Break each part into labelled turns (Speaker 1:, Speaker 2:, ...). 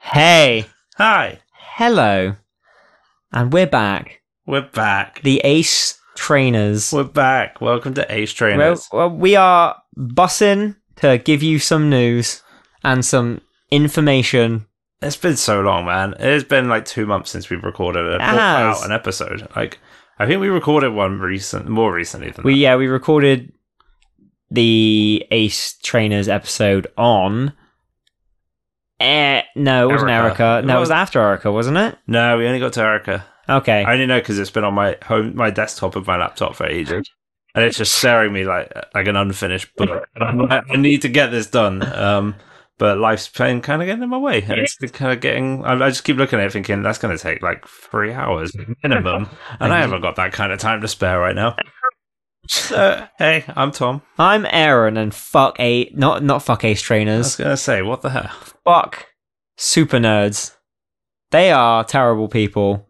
Speaker 1: Hey,
Speaker 2: Hi,
Speaker 1: hello, and we're back.
Speaker 2: we're back.
Speaker 1: The Ace Trainers.
Speaker 2: We're back. Welcome to Ace Trainers.
Speaker 1: Well, well, we are bussing to give you some news and some information.
Speaker 2: it's been so long, man. It's been like two months since we've recorded a,
Speaker 1: has.
Speaker 2: out an episode. Like, I think we recorded one recent, more recently than
Speaker 1: We yeah, we recorded the Ace Trainers episode on. Eh, no, it wasn't
Speaker 2: Erica.
Speaker 1: Erica. No,
Speaker 2: It
Speaker 1: it was
Speaker 2: was-
Speaker 1: after Erica, wasn't it?
Speaker 2: that. No, we only got to Erica.
Speaker 1: Okay.
Speaker 2: I only know because it's been on my home, my desktop of my laptop for ages, and it's just staring me like like an unfinished book. And I'm like, I need to get this done. Um, but life's playing kind of getting in my way, and it's kind of getting. I, I just keep looking at it, thinking that's going to take like three hours minimum, and I haven't got that kind of time to spare right now. So hey, I'm Tom.
Speaker 1: I'm Aaron and fuck a not not fuck Ace
Speaker 2: I
Speaker 1: Trainers.
Speaker 2: was going to say, what the hell?
Speaker 1: fuck super nerds. They are terrible people.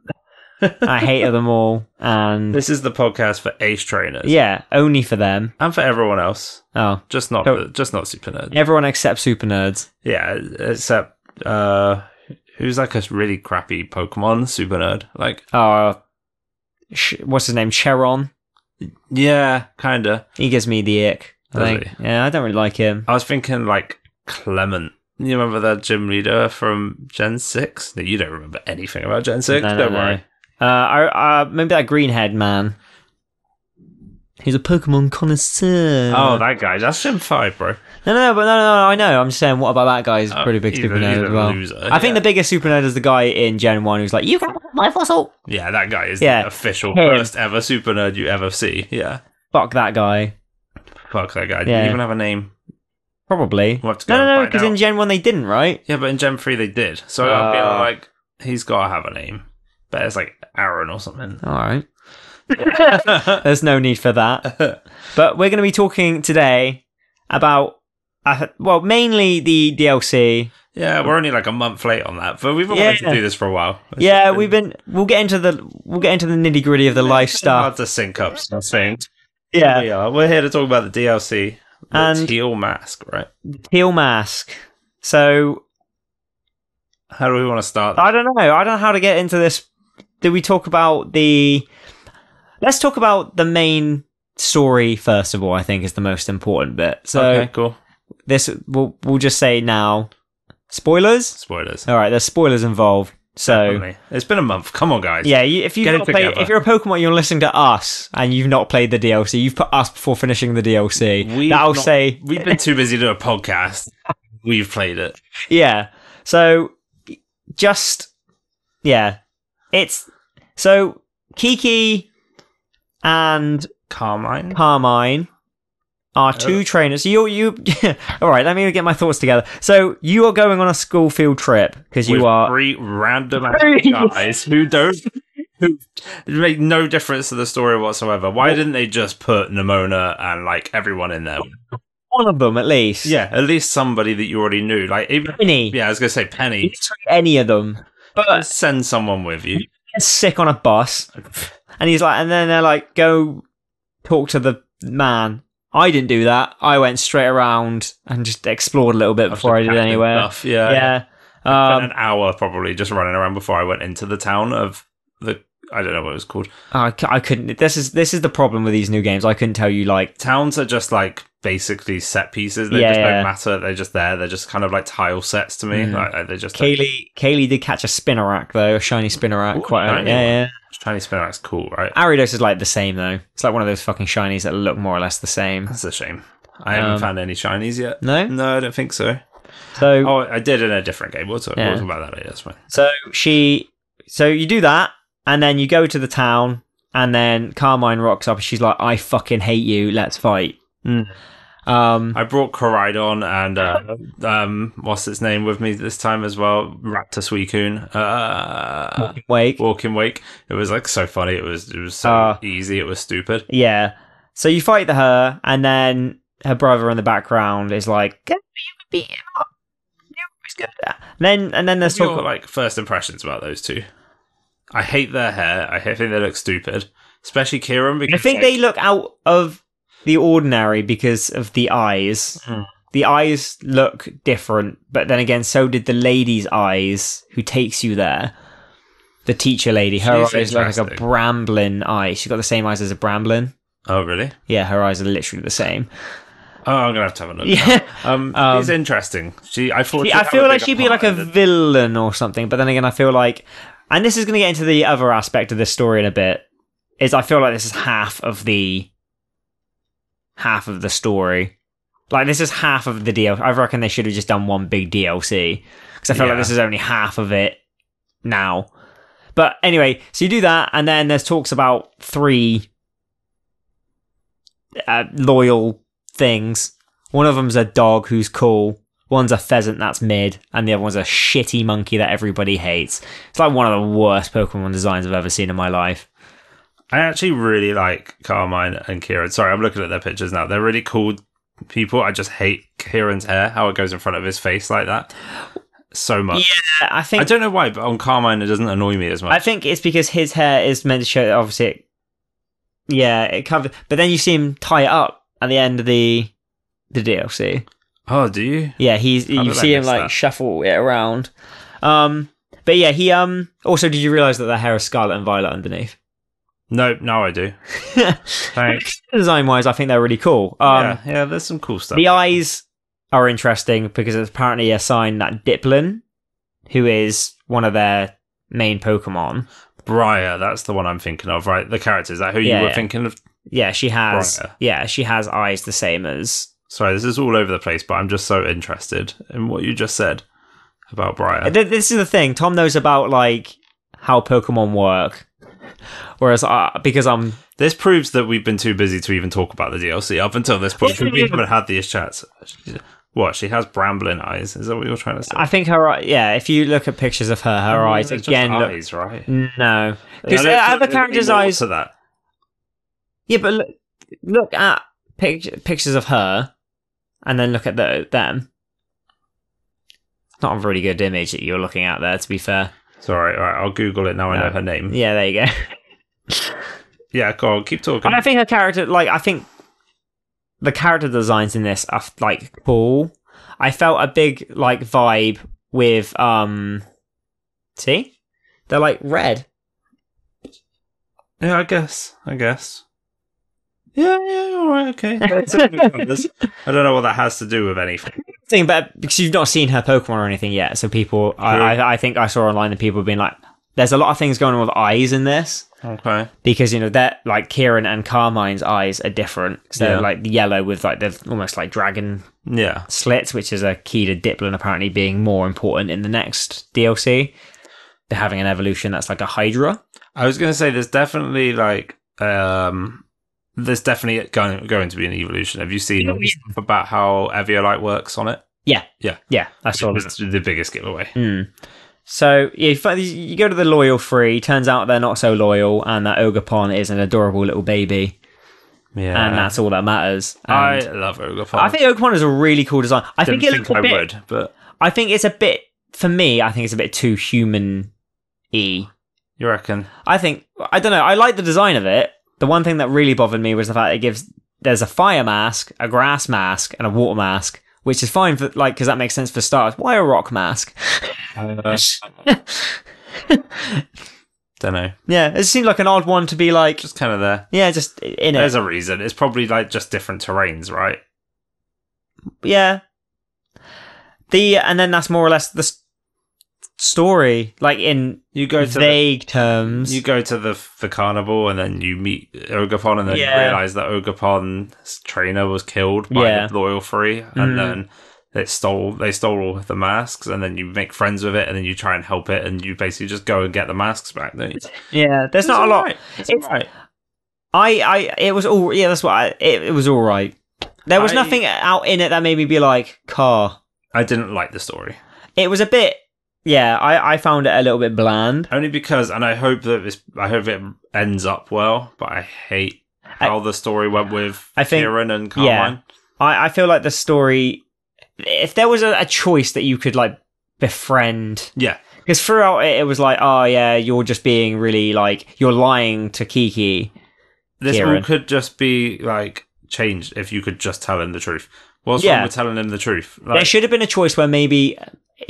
Speaker 1: I hate them all, and
Speaker 2: This is the podcast for ace trainers,
Speaker 1: yeah, only for them.
Speaker 2: and for everyone else,
Speaker 1: Oh,
Speaker 2: just not
Speaker 1: Don't-
Speaker 2: just not super nerds.
Speaker 1: everyone except super nerds.
Speaker 2: Yeah, except uh who's like a really crappy Pokemon super nerd. Like
Speaker 1: Oh, sh- what's his name? Cheron.
Speaker 2: yeah, kinda.
Speaker 1: He gives me the ick. I
Speaker 2: Does
Speaker 1: think. Yeah, I don't really like him.
Speaker 2: I was thinking like Clement. You remember that gym leader from Gen Six? No, you don't remember anything about Gen Six.
Speaker 1: No, no,
Speaker 2: don't
Speaker 1: no.
Speaker 2: worry.
Speaker 1: Uh, I, uh, maybe that greenhead man. He's a Pokemon connoisseur.
Speaker 2: Oh, that guy. That's Gen Five, bro.
Speaker 1: no, no, no, but no, no, no, I know. I'm just saying, what about that guy? He's a
Speaker 2: Oh,
Speaker 1: pretty big
Speaker 2: he's
Speaker 1: super
Speaker 2: a- he's
Speaker 1: nerd
Speaker 2: a
Speaker 1: as well.
Speaker 2: loser,
Speaker 1: I think
Speaker 2: yeah.
Speaker 1: the biggest super nerd is the guy in Gen One who's like, "You can have my fossil."
Speaker 2: Yeah, that guy is
Speaker 1: Yeah.
Speaker 2: the official
Speaker 1: Him.
Speaker 2: first ever super nerd you ever see. Yeah.
Speaker 1: Fuck that guy.
Speaker 2: Fuck that guy.
Speaker 1: Yeah.
Speaker 2: Didn't even have a name.
Speaker 1: Probably.
Speaker 2: We'll have to go
Speaker 1: No,
Speaker 2: and
Speaker 1: no, no.
Speaker 2: find
Speaker 1: Because in
Speaker 2: out.
Speaker 1: Gen One they didn't, right?
Speaker 2: Yeah, but in Gen Three they did. So I'm feeling
Speaker 1: Uh.
Speaker 2: like he's gotta have a name. But it's like Aaron or something.
Speaker 1: All right. There's no need for that. But we're going to be talking today about, uh, well, mainly the DLC.
Speaker 2: Yeah, we're only like a month late on that, but we've been wanting
Speaker 1: Yeah.
Speaker 2: to do this for a while. It's
Speaker 1: yeah,
Speaker 2: been-
Speaker 1: we've been. We'll get into the. We'll get into the nitty gritty of the life
Speaker 2: it's been
Speaker 1: stuff.
Speaker 2: Hard to sync up some things.
Speaker 1: Yeah.
Speaker 2: we are. We're here to talk about the DLC, the
Speaker 1: And-
Speaker 2: teal mask, right?
Speaker 1: Heel mask. So
Speaker 2: How do we want to start?
Speaker 1: I don't know. I don't know how to get into this. Do we talk about the? Let's talk about the main story first of all. I think is the most important bit. So
Speaker 2: okay, cool.
Speaker 1: this we'll we'll just say now. Spoilers.
Speaker 2: Spoilers.
Speaker 1: All right, there's spoilers involved. So
Speaker 2: Definitely. It's been a month. Come on, guys.
Speaker 1: yeah, you, if you
Speaker 2: Get it
Speaker 1: have played,
Speaker 2: together.
Speaker 1: if you're a Pokemon, you're listening to us, and you've not played the DLC. You've put us before finishing the DLC.
Speaker 2: We've
Speaker 1: That'll
Speaker 2: not-
Speaker 1: say
Speaker 2: We've been too busy to do a podcast. We've played it.
Speaker 1: yeah. So just yeah, it's so Kiki and
Speaker 2: Carmine?
Speaker 1: Carmine are
Speaker 2: Oh.
Speaker 1: two trainers. So you you all right? Let me get my thoughts together. So you are going on a school field trip because
Speaker 2: with
Speaker 1: you are
Speaker 2: three random ass guys who don't who make no difference to the story whatsoever. Why didn't they just put Nimona and like everyone in there?
Speaker 1: one of them at least.
Speaker 2: Yeah, at least somebody that you already knew. Like even
Speaker 1: any
Speaker 2: yeah, I was gonna say Penny.
Speaker 1: any of them.
Speaker 2: But send someone with you.
Speaker 1: He's sick on a bus, and he's like, and then they're like, go talk to the man. I didn't do that. I went straight around and just explored a little bit before I did
Speaker 2: Captain
Speaker 1: anywhere.
Speaker 2: Duff, yeah.
Speaker 1: yeah.
Speaker 2: Spent
Speaker 1: Um,
Speaker 2: an hour probably just running around before I went into the town of the I don't know what it was called.
Speaker 1: I, c- I couldn't. This is this is the problem with these new games. I couldn't tell you like
Speaker 2: Towns are just like basically set pieces. They
Speaker 1: Yeah,
Speaker 2: just
Speaker 1: yeah.
Speaker 2: don't matter. They're just there. They're just kind of like tile sets to me.
Speaker 1: Mm.
Speaker 2: Like, like, they're just
Speaker 1: Kaylee. Kaylee did catch a Spinarak though, a shiny Spinarak.
Speaker 2: Ooh,
Speaker 1: quite
Speaker 2: shiny
Speaker 1: early. yeah,
Speaker 2: one.
Speaker 1: yeah.
Speaker 2: Chinese Spinarak's cool, right?
Speaker 1: Aridos is like the same though. It's like one of those fucking shinies that look more or less the same.
Speaker 2: That's a shame. I haven't
Speaker 1: Um,
Speaker 2: found any shinies yet.
Speaker 1: No,
Speaker 2: No, I don't think so.
Speaker 1: so
Speaker 2: Mm. Oh, I did in a different game. We'll talk,
Speaker 1: Yeah.
Speaker 2: we'll talk about that later. That's fine.
Speaker 1: So she, so you do that, and then you go to the town, and then Carmine rocks up, and she's like, "I fucking hate you. Let's fight."
Speaker 2: Mm.
Speaker 1: Um,
Speaker 2: I brought Coridon and uh, um, what's its name with me this time as well? Raptor Suicune. Uh,
Speaker 1: wake.
Speaker 2: Walking Wake. It was like so funny. It was it was so
Speaker 1: Ah.
Speaker 2: easy. It was stupid.
Speaker 1: Yeah. So you fight the her, and then her brother in the background is like, "Yeah, "You can beat him up." You always good at that." Then and then there's
Speaker 2: Let's talk
Speaker 1: talk.
Speaker 2: about like first impressions about those two. I hate their hair. I hate- think they look stupid, especially Kieran.
Speaker 1: I
Speaker 2: Because
Speaker 1: think
Speaker 2: like,
Speaker 1: they look out of the ordinary because of the eyes.
Speaker 2: Mm.
Speaker 1: the eyes look different, but then again, so did the lady's eyes who takes you there. The teacher lady, her
Speaker 2: She's
Speaker 1: eyes look like a
Speaker 2: interesting.
Speaker 1: bramblin eye. She's got the same eyes as a bramblin.
Speaker 2: Oh, really?
Speaker 1: Yeah, her eyes are literally the same.
Speaker 2: Oh, I'm gonna have to have a look.
Speaker 1: Yeah.
Speaker 2: Um,
Speaker 1: Um,
Speaker 2: she's interesting. She, I thought. she'd
Speaker 1: I
Speaker 2: have a
Speaker 1: feel like
Speaker 2: bigger
Speaker 1: she'd be
Speaker 2: part
Speaker 1: like a
Speaker 2: in it.
Speaker 1: villain or something, but then again, I feel like, and this is going to get into the other aspect of this story in a bit. Is I feel like this is half of the half of the story. Like this is half of the deal. I reckon they should have just done one big DLC because I feel
Speaker 2: Yeah.
Speaker 1: like this is only half of it now. But anyway, so you do that, and then there's talks about three uh, loyal things. One of them's a dog who's cool. One's a pheasant that's mid, and the other one's a shitty monkey that everybody hates. It's like one of the worst Pokemon designs I've ever seen in my life.
Speaker 2: I actually really like Carmine and Kieran. Sorry, I'm looking at their pictures now. They're really cool people. I just hate Kieran's hair, how it goes in front of his face like that. So much.
Speaker 1: Yeah, I think
Speaker 2: I don't know why, but on Carmine, it doesn't annoy me as
Speaker 1: I
Speaker 2: much.
Speaker 1: think it's because his hair is meant to show. Obviously, it, yeah, it covers. But then you see him tie it up at the end of the the DLC.
Speaker 2: oh, do you?
Speaker 1: Yeah, he's
Speaker 2: How
Speaker 1: you
Speaker 2: did I
Speaker 1: see him
Speaker 2: miss
Speaker 1: like
Speaker 2: that?
Speaker 1: shuffle it around. Um, but yeah, he um. Also, did you realize that their hair is scarlet and violet underneath?
Speaker 2: Nope, now I do. Thanks.
Speaker 1: Design wise, I think they're really cool. Um,
Speaker 2: yeah, yeah, there's some cool stuff.
Speaker 1: the eyes are interesting because it's apparently a sign that Diplin, who is one of their main Pokemon,
Speaker 2: Briar, that's the one I'm thinking of, right? The character. Is that who
Speaker 1: Yeah,
Speaker 2: you were
Speaker 1: yeah.
Speaker 2: thinking of?
Speaker 1: yeah, she has
Speaker 2: Briar.
Speaker 1: yeah, she has eyes the same as
Speaker 2: Sorry, this is all over the place, but I'm just so interested in what you just said about Briar.
Speaker 1: Th- This is the thing. Tom knows about like how Pokemon work, whereas I, because I'm
Speaker 2: This proves that we've been too busy to even talk about the DLC up until this point. 'cause we haven't had these chats. What? She has brambling eyes. Is that what you're trying to say?
Speaker 1: I think her eye- yeah. If you look at pictures of her, her
Speaker 2: Oh,
Speaker 1: eyes
Speaker 2: they're just
Speaker 1: again look
Speaker 2: eyes, right?
Speaker 1: no
Speaker 2: I
Speaker 1: because
Speaker 2: know,
Speaker 1: other
Speaker 2: there's
Speaker 1: characters'
Speaker 2: more
Speaker 1: eyes
Speaker 2: to that.
Speaker 1: yeah. But look, look at pic- pictures of her, and then look at the, them. It's Not a really good image that you're looking at there. To be fair,
Speaker 2: It's all right. All right. I'll Google it now. I know
Speaker 1: No.
Speaker 2: her name. Yeah.
Speaker 1: yeah. There you go.
Speaker 2: go on. Keep talking.
Speaker 1: And I think her character, like, I think the character designs in this are like cool. I felt a big like vibe with um, see, they're like red.
Speaker 2: yeah, I guess. I guess. Yeah. Yeah. All right. Okay. That's a good colours. I don't know what that has to do with anything.
Speaker 1: Thing, but because you've not seen her Pokemon or anything yet, so people,
Speaker 2: True.
Speaker 1: I, I, I think I saw online that people have been like, "There's a lot of things going on with eyes in this."
Speaker 2: Okay.
Speaker 1: because you know that like Kieran and Carmine's eyes are different. So
Speaker 2: Yeah.
Speaker 1: they're like yellow with like they're almost like dragon
Speaker 2: Yeah.
Speaker 1: slits, which is a key to Diplin apparently being more important in the next DLC. They're having an evolution that's like a Hydra.
Speaker 2: I was going to say there's definitely like um there's definitely going going to be an evolution. Have you seen
Speaker 1: Oh, yeah.
Speaker 2: stuff about how Eviolite works on it?
Speaker 1: Yeah, that's all.
Speaker 2: It's the biggest giveaway.
Speaker 1: Mm. So yeah, you, find, you go to the loyal three. Turns out they're not so loyal, and that Ogapon is an adorable little baby,
Speaker 2: Yeah,
Speaker 1: and that's all that matters.
Speaker 2: I
Speaker 1: And
Speaker 2: love Ogapon.
Speaker 1: I think Ogapon is a really cool design. I
Speaker 2: Didn't
Speaker 1: think it looks a
Speaker 2: I
Speaker 1: bit
Speaker 2: would, but
Speaker 1: I think it's a bit for me. I think it's a bit too human. E.
Speaker 2: you reckon?
Speaker 1: I think I don't know. I like the design of it. The one thing that really bothered me was the fact it gives there's a fire mask, a grass mask, and a water mask, which is fine for like because that makes sense for stars. Why a rock mask?
Speaker 2: don't know.
Speaker 1: yeah, it seemed like an odd one to be like.
Speaker 2: Just kind of there.
Speaker 1: Yeah, just in it.
Speaker 2: There's a reason. It's probably like just different terrains, right?
Speaker 1: yeah. The and then that's more or less the s- story, like in
Speaker 2: You go to the,
Speaker 1: vague terms.
Speaker 2: you go to the the carnival and then you meet Ogapon and then
Speaker 1: Yeah.
Speaker 2: you realize that Ogapon's trainer was killed by
Speaker 1: Yeah.
Speaker 2: the loyal three and
Speaker 1: Mhm.
Speaker 2: then they stole they stole all the masks and then you make friends with it and then you try and help it and you basically just go and get the masks back. Don't you? It's,
Speaker 1: yeah, there's not a lot.
Speaker 2: alright. It's,
Speaker 1: It's-
Speaker 2: alright.
Speaker 1: I, I, it was all yeah. That's what I, it, it was all right. There was
Speaker 2: I-
Speaker 1: nothing out in it that made me be like, "Car."
Speaker 2: I didn't like the story.
Speaker 1: It was a bit, yeah. I, I found it a little bit bland.
Speaker 2: Only because and I hope that this I hope it ends up well, but I hate how the story went with
Speaker 1: I think-
Speaker 2: Kieran and
Speaker 1: yeah.
Speaker 2: Carmine.
Speaker 1: I, I feel like the story. If there was a, a choice that you could like befriend,
Speaker 2: Yeah.
Speaker 1: because throughout it, it was like, "Oh yeah, you're just being really like you're lying to Kiki."
Speaker 2: This
Speaker 1: Kieran.
Speaker 2: all could just be like changed if you could just tell him the truth. What's
Speaker 1: Yeah.
Speaker 2: wrong with telling him the truth?
Speaker 1: there
Speaker 2: Like,
Speaker 1: should have been a choice where maybe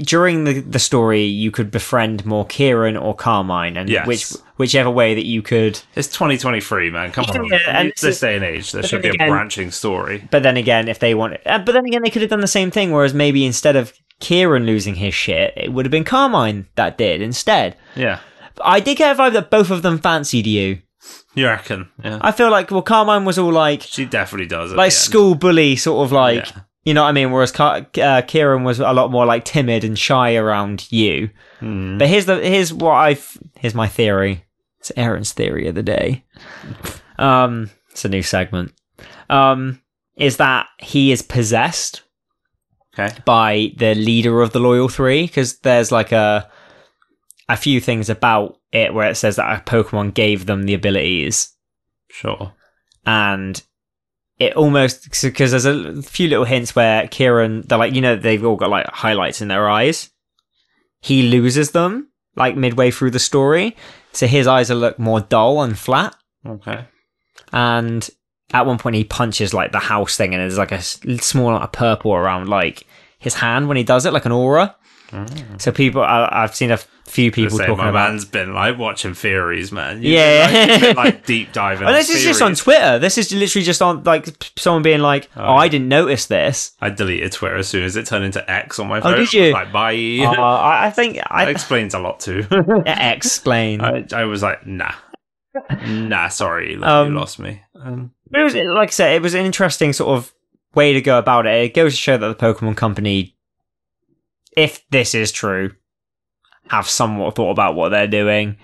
Speaker 1: during the, the story you could befriend more Kieran or Carmine, and
Speaker 2: Yes.
Speaker 1: which whichever way that you could.
Speaker 2: it's 2023, man. Come on.
Speaker 1: Yeah, and
Speaker 2: it's
Speaker 1: this
Speaker 2: this
Speaker 1: is-
Speaker 2: day and age. There
Speaker 1: but
Speaker 2: should be
Speaker 1: then
Speaker 2: a
Speaker 1: again-
Speaker 2: branching story.
Speaker 1: But then again, if they want, uh, but then again, they could have done the same thing. Whereas maybe instead of Kieran losing his shit, it would have been Carmine that did instead.
Speaker 2: Yeah.
Speaker 1: But I did get a vibe that both of them fancied you.
Speaker 2: You reckon? Yeah.
Speaker 1: I feel like well, Carmine was all like
Speaker 2: She definitely does. at
Speaker 1: like
Speaker 2: the end.
Speaker 1: school bully, sort of like
Speaker 2: Yeah.
Speaker 1: you know what I mean. Whereas Ka- uh, Kieran was a lot more like timid and shy around you.
Speaker 2: Hmm.
Speaker 1: But here's the here's what I here's my theory. It's Aaron's theory of the day. Um, it's a new segment. Um, is that he is possessed
Speaker 2: Okay.
Speaker 1: by the leader of the loyal three? Because there's like a a few things about it where it says that a Pokemon gave them the abilities
Speaker 2: Sure.
Speaker 1: and it almost because there's a few little hints where Kieran, they're like, you know, they've all got like highlights in their eyes. He loses them like midway through the story, so his eyes are look more dull and flat.
Speaker 2: Okay.
Speaker 1: And at one point, he punches like the house thing, and there's like a s- small amount of purple around like his hand when he does it, like an aura.
Speaker 2: Mm.
Speaker 1: So people, I, I've seen a f- few
Speaker 2: People
Speaker 1: people talking
Speaker 2: my
Speaker 1: about.
Speaker 2: man's been like watching theories, man.
Speaker 1: Yeah.
Speaker 2: Been, like, you've been, like deep diving.
Speaker 1: And
Speaker 2: on
Speaker 1: this is just on
Speaker 2: theories.
Speaker 1: Twitter. This is literally just on like p- someone being like,
Speaker 2: Oh,
Speaker 1: "Oh, I
Speaker 2: yeah.
Speaker 1: didn't notice this."
Speaker 2: I deleted Twitter as soon as it turned into X on my
Speaker 1: Oh,
Speaker 2: phone.
Speaker 1: did you?
Speaker 2: Like, bye.
Speaker 1: Uh, I, I think
Speaker 2: that
Speaker 1: I
Speaker 2: explains a lot too.
Speaker 1: explain.
Speaker 2: I, I was like, nah, nah, sorry, like,
Speaker 1: Um,
Speaker 2: you lost me. Um,
Speaker 1: But it was like I said, it was an interesting sort of way to go about it. It goes to show that the Pokemon Company, if this is true, have somewhat thought about what they're doing.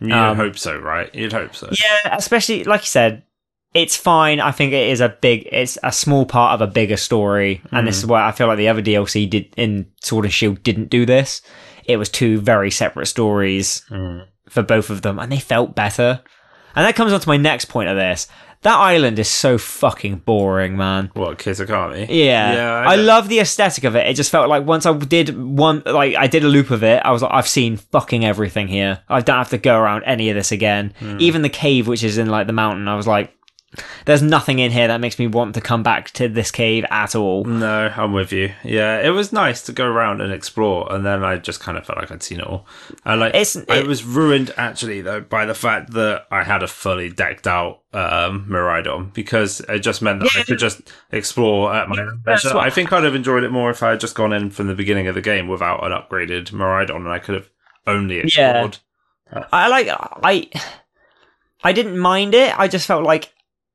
Speaker 2: you'd
Speaker 1: um,
Speaker 2: hope so, right? You'd hope so.
Speaker 1: Yeah, especially like you said, it's fine. I think it is a big, it's a small part of a bigger story, and this is why I feel like the other DLC did in Sword and Shield didn't do this. It was two very separate stories.
Speaker 2: Mm.
Speaker 1: for both of them, and they felt better. And that comes on to my next point of this. That island is so fucking boring, man.
Speaker 2: What Kitakami?
Speaker 1: Yeah,
Speaker 2: yeah.
Speaker 1: I, love the aesthetic of it. It just felt like once I did one, like I did a loop of it, I was like, I've seen fucking everything here. I don't have to go around any of this again. Even the cave, which is in like the mountain, I was like, there's nothing in here that makes me want to come back to this cave at all.
Speaker 2: No, I'm with you. Yeah, it was nice to go around and explore, and then I just kind of felt like I'd seen it all. And like,
Speaker 1: It's-
Speaker 2: I
Speaker 1: it-
Speaker 2: was ruined actually though by the fact that I had a fully decked out um, Miraidon because it just meant that I could just explore at my own
Speaker 1: that's
Speaker 2: leisure.
Speaker 1: what-
Speaker 2: I think I'd have enjoyed it more if I had just gone in from the beginning of the game without an upgraded Miraidon, and I could have only explored.
Speaker 1: I like I I didn't mind it. I just felt like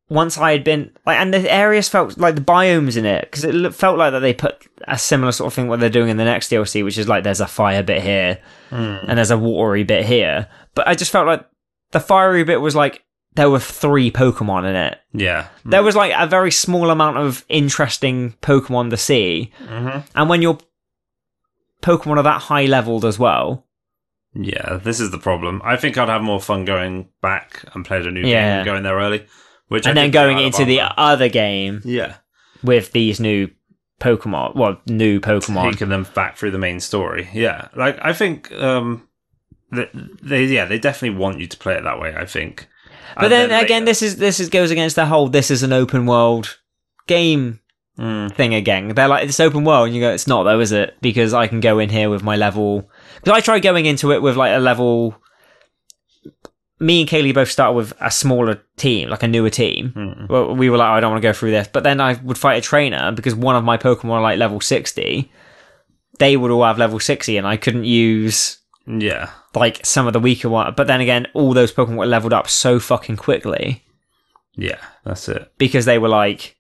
Speaker 1: once I had been like, and the areas felt like the biomes in it because it lo- felt like that they put a similar sort of thing what they're doing in the next DLC, which is like there's a fire bit here
Speaker 2: Mm.
Speaker 1: and there's a watery bit here. But I just felt like the fiery bit was like there were three Pokemon in it.
Speaker 2: Yeah.
Speaker 1: There was like a very small amount of interesting Pokemon to see,
Speaker 2: Mhm.
Speaker 1: and when your Pokemon are that high leveled as well,
Speaker 2: Yeah, this is the problem. I think I'd have more fun going back and played a new
Speaker 1: Yeah.
Speaker 2: game, going there early, which I
Speaker 1: and then
Speaker 2: did get
Speaker 1: going
Speaker 2: out of
Speaker 1: into the
Speaker 2: Armor.
Speaker 1: other game
Speaker 2: yeah,
Speaker 1: with these new Pokemon. Well, new Pokemon.
Speaker 2: taking them back through the main story. Yeah, like I think um, th they yeah they definitely want you to play it that way. I think,
Speaker 1: But then, again, this is this is goes against the whole this is an open world game thing again. They're like it's open world, and you go, it's not though, is it? Because I can go in here with my level. Because I tried going into it with like a level. Me and Kaylee both started with a smaller team, like a newer team. Well, we were like, I don't want to go through this. But then I would fight a trainer because one of my Pokemon are like level sixty. They would all have level sixty, and I couldn't use
Speaker 2: yeah,
Speaker 1: like some of the weaker one. But then again, all those Pokemon were leveled up so fucking quickly
Speaker 2: yeah, that's it.
Speaker 1: because they were like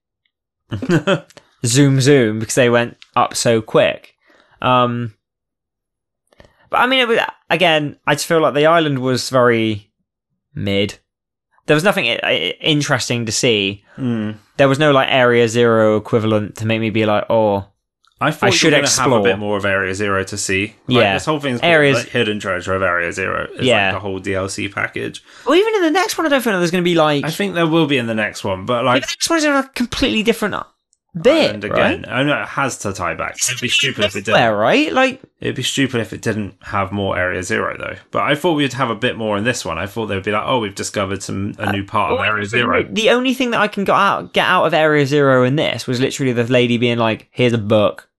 Speaker 1: zoom zoom because they went up so quick. Um, but I mean, it was, again, I just feel like the island was very mid. There was nothing i- i- interesting to see.
Speaker 2: Mm.
Speaker 1: There was no like Area Zero equivalent to make me be like, oh,
Speaker 2: I thought
Speaker 1: should
Speaker 2: should you were gonna
Speaker 1: explore.
Speaker 2: have a bit more of Area Zero to see. Like,
Speaker 1: Yeah.
Speaker 2: this whole thing's
Speaker 1: Areas-
Speaker 2: Areas... like hidden treasure of Area Zero. It's
Speaker 1: Yeah.
Speaker 2: like the whole DLC package.
Speaker 1: well, even in the next one, I don't think there's going to be like.
Speaker 2: I think there will be in the next one, but like
Speaker 1: the next one's in a completely different bit,
Speaker 2: and
Speaker 1: right?
Speaker 2: again, I know it has to tie back. It'd be stupid if it didn't.
Speaker 1: Where, right? Like,
Speaker 2: It'd be stupid if it didn't have more Area Zero though. But I thought we'd have a bit more in this one. I thought they'd be like, oh, we've discovered some a new part
Speaker 1: Oh,
Speaker 2: of Oh, Area Zero.
Speaker 1: the only thing that I can got out, get out of Area Zero in this was literally the lady being like, "Here's a book,"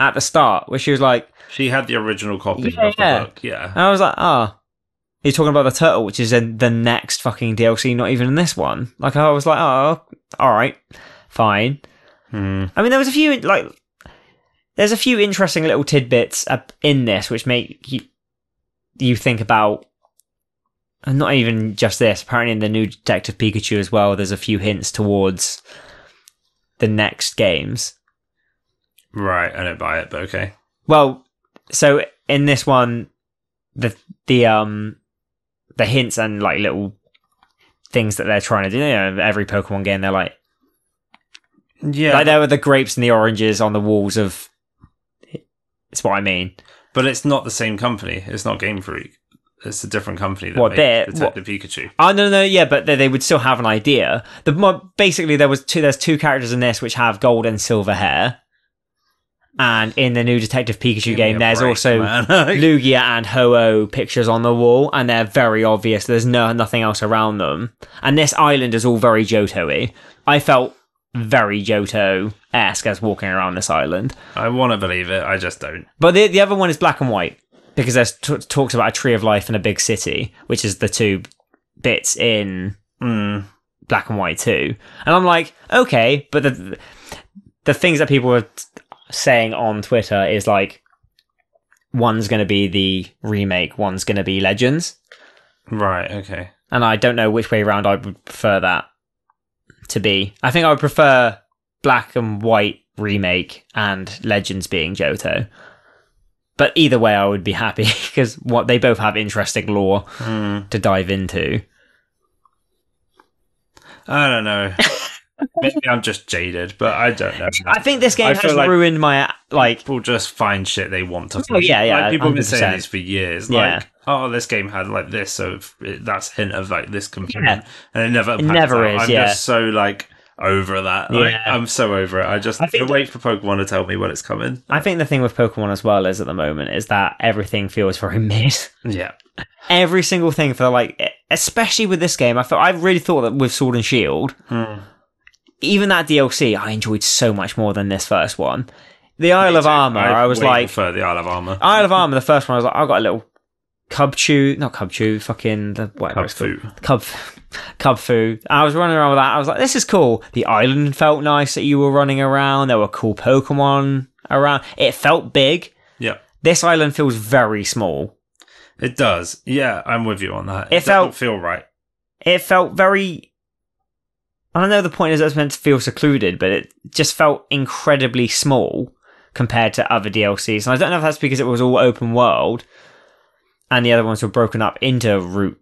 Speaker 1: at the start, where she was like,
Speaker 2: She had the original copy of
Speaker 1: Yeah.
Speaker 2: the book. Yeah.
Speaker 1: and I was like, "Ah." You're talking about the turtle, which is in the next fucking DLC, not even in this one. Like, I was like, oh, all right, fine.
Speaker 2: Hmm.
Speaker 1: I mean, there was a few like there's a few interesting little tidbits up in this which make you you think about. And not even just this. Apparently, in the new Detective Pikachu as well, there's a few hints towards the next games.
Speaker 2: Right. I don't buy it, but okay.
Speaker 1: Well, so in this one, the the um the hints and like little things that they're trying to do. You know, every Pokemon game, they're like
Speaker 2: Yeah.
Speaker 1: like there were the grapes and the oranges on the walls of. It's what I mean.
Speaker 2: But it's not the same company. It's not Game Freak. It's a different company that
Speaker 1: What,
Speaker 2: made
Speaker 1: they're-
Speaker 2: Detective Pikachu.
Speaker 1: Oh no, no, yeah, but they, they would still have an idea. The mo- basically there was two. There's two characters in this which have gold and silver hair, and in the new Detective Pikachu
Speaker 2: Give me
Speaker 1: game,
Speaker 2: a
Speaker 1: there's
Speaker 2: break,
Speaker 1: also
Speaker 2: man.
Speaker 1: Lugia and Ho-Oh pictures on the wall, and they're very obvious. There's no nothing else around them, and this island is all very Johto-y. I felt very Johto-esque as walking around this island,
Speaker 2: I want to believe it. I just don't.
Speaker 1: but the the other one is black and white because there's t- talks about a tree of life and a big city, which is the two bits in
Speaker 2: Mm.
Speaker 1: black and white too. And I'm like, okay, but the the things that people are saying on Twitter is like one's going to be the remake, one's going to be Legends,
Speaker 2: Right. Okay.
Speaker 1: and I don't know which way around I would prefer that to be. I think I would prefer black and white remake and Legends being Johto. But either way, I would be happy because what they both have interesting lore
Speaker 2: Mm.
Speaker 1: to dive into.
Speaker 2: I don't know. Maybe I'm just jaded, but I don't know.
Speaker 1: I think this game
Speaker 2: I feel
Speaker 1: has
Speaker 2: like-
Speaker 1: ruined my like
Speaker 2: people just find shit they want to.
Speaker 1: Oh, yeah, yeah,
Speaker 2: Like, people have been
Speaker 1: 100%.
Speaker 2: saying this for years.
Speaker 1: Yeah.
Speaker 2: Like, oh, this game had like this, so if it, that's a hint of like this component,
Speaker 1: Yeah.
Speaker 2: and it never. pans
Speaker 1: never
Speaker 2: out.
Speaker 1: is,
Speaker 2: I'm
Speaker 1: yeah.
Speaker 2: just so like over that. Like,
Speaker 1: Yeah.
Speaker 2: I'm so over it. I just
Speaker 1: I think-
Speaker 2: wait for Pokemon to tell me when it's coming.
Speaker 1: I think the thing with Pokemon as well is at the moment is that everything feels very mid.
Speaker 2: Yeah.
Speaker 1: Every single thing for like, e, especially with this game, I thought I really thought that with Sword and Shield,
Speaker 2: Hmm.
Speaker 1: even that DLC, I enjoyed so much more than this first one. The Isle of Armor, I, was
Speaker 2: way
Speaker 1: like,
Speaker 2: prefer the Isle of Armor.
Speaker 1: Isle of Armor, the first one, I was like, I got a little cub chew, not cub chew, fucking the whatever
Speaker 2: Cub
Speaker 1: it's called.
Speaker 2: food.
Speaker 1: cub cub food. I was running around with that. I was like, this is cool. The island felt nice that you were running around. There were cool Pokemon around. It felt big.
Speaker 2: Yeah.
Speaker 1: This island feels very small.
Speaker 2: It does. Yeah, I'm with you on that.
Speaker 1: It
Speaker 2: It,
Speaker 1: felt-
Speaker 2: doesn't feel right.
Speaker 1: It felt very. I don't know. The point is, that it's meant to feel secluded, but it just felt incredibly small compared to other DLCs. And I don't know if that's because it was all open world, and the other ones were broken up into route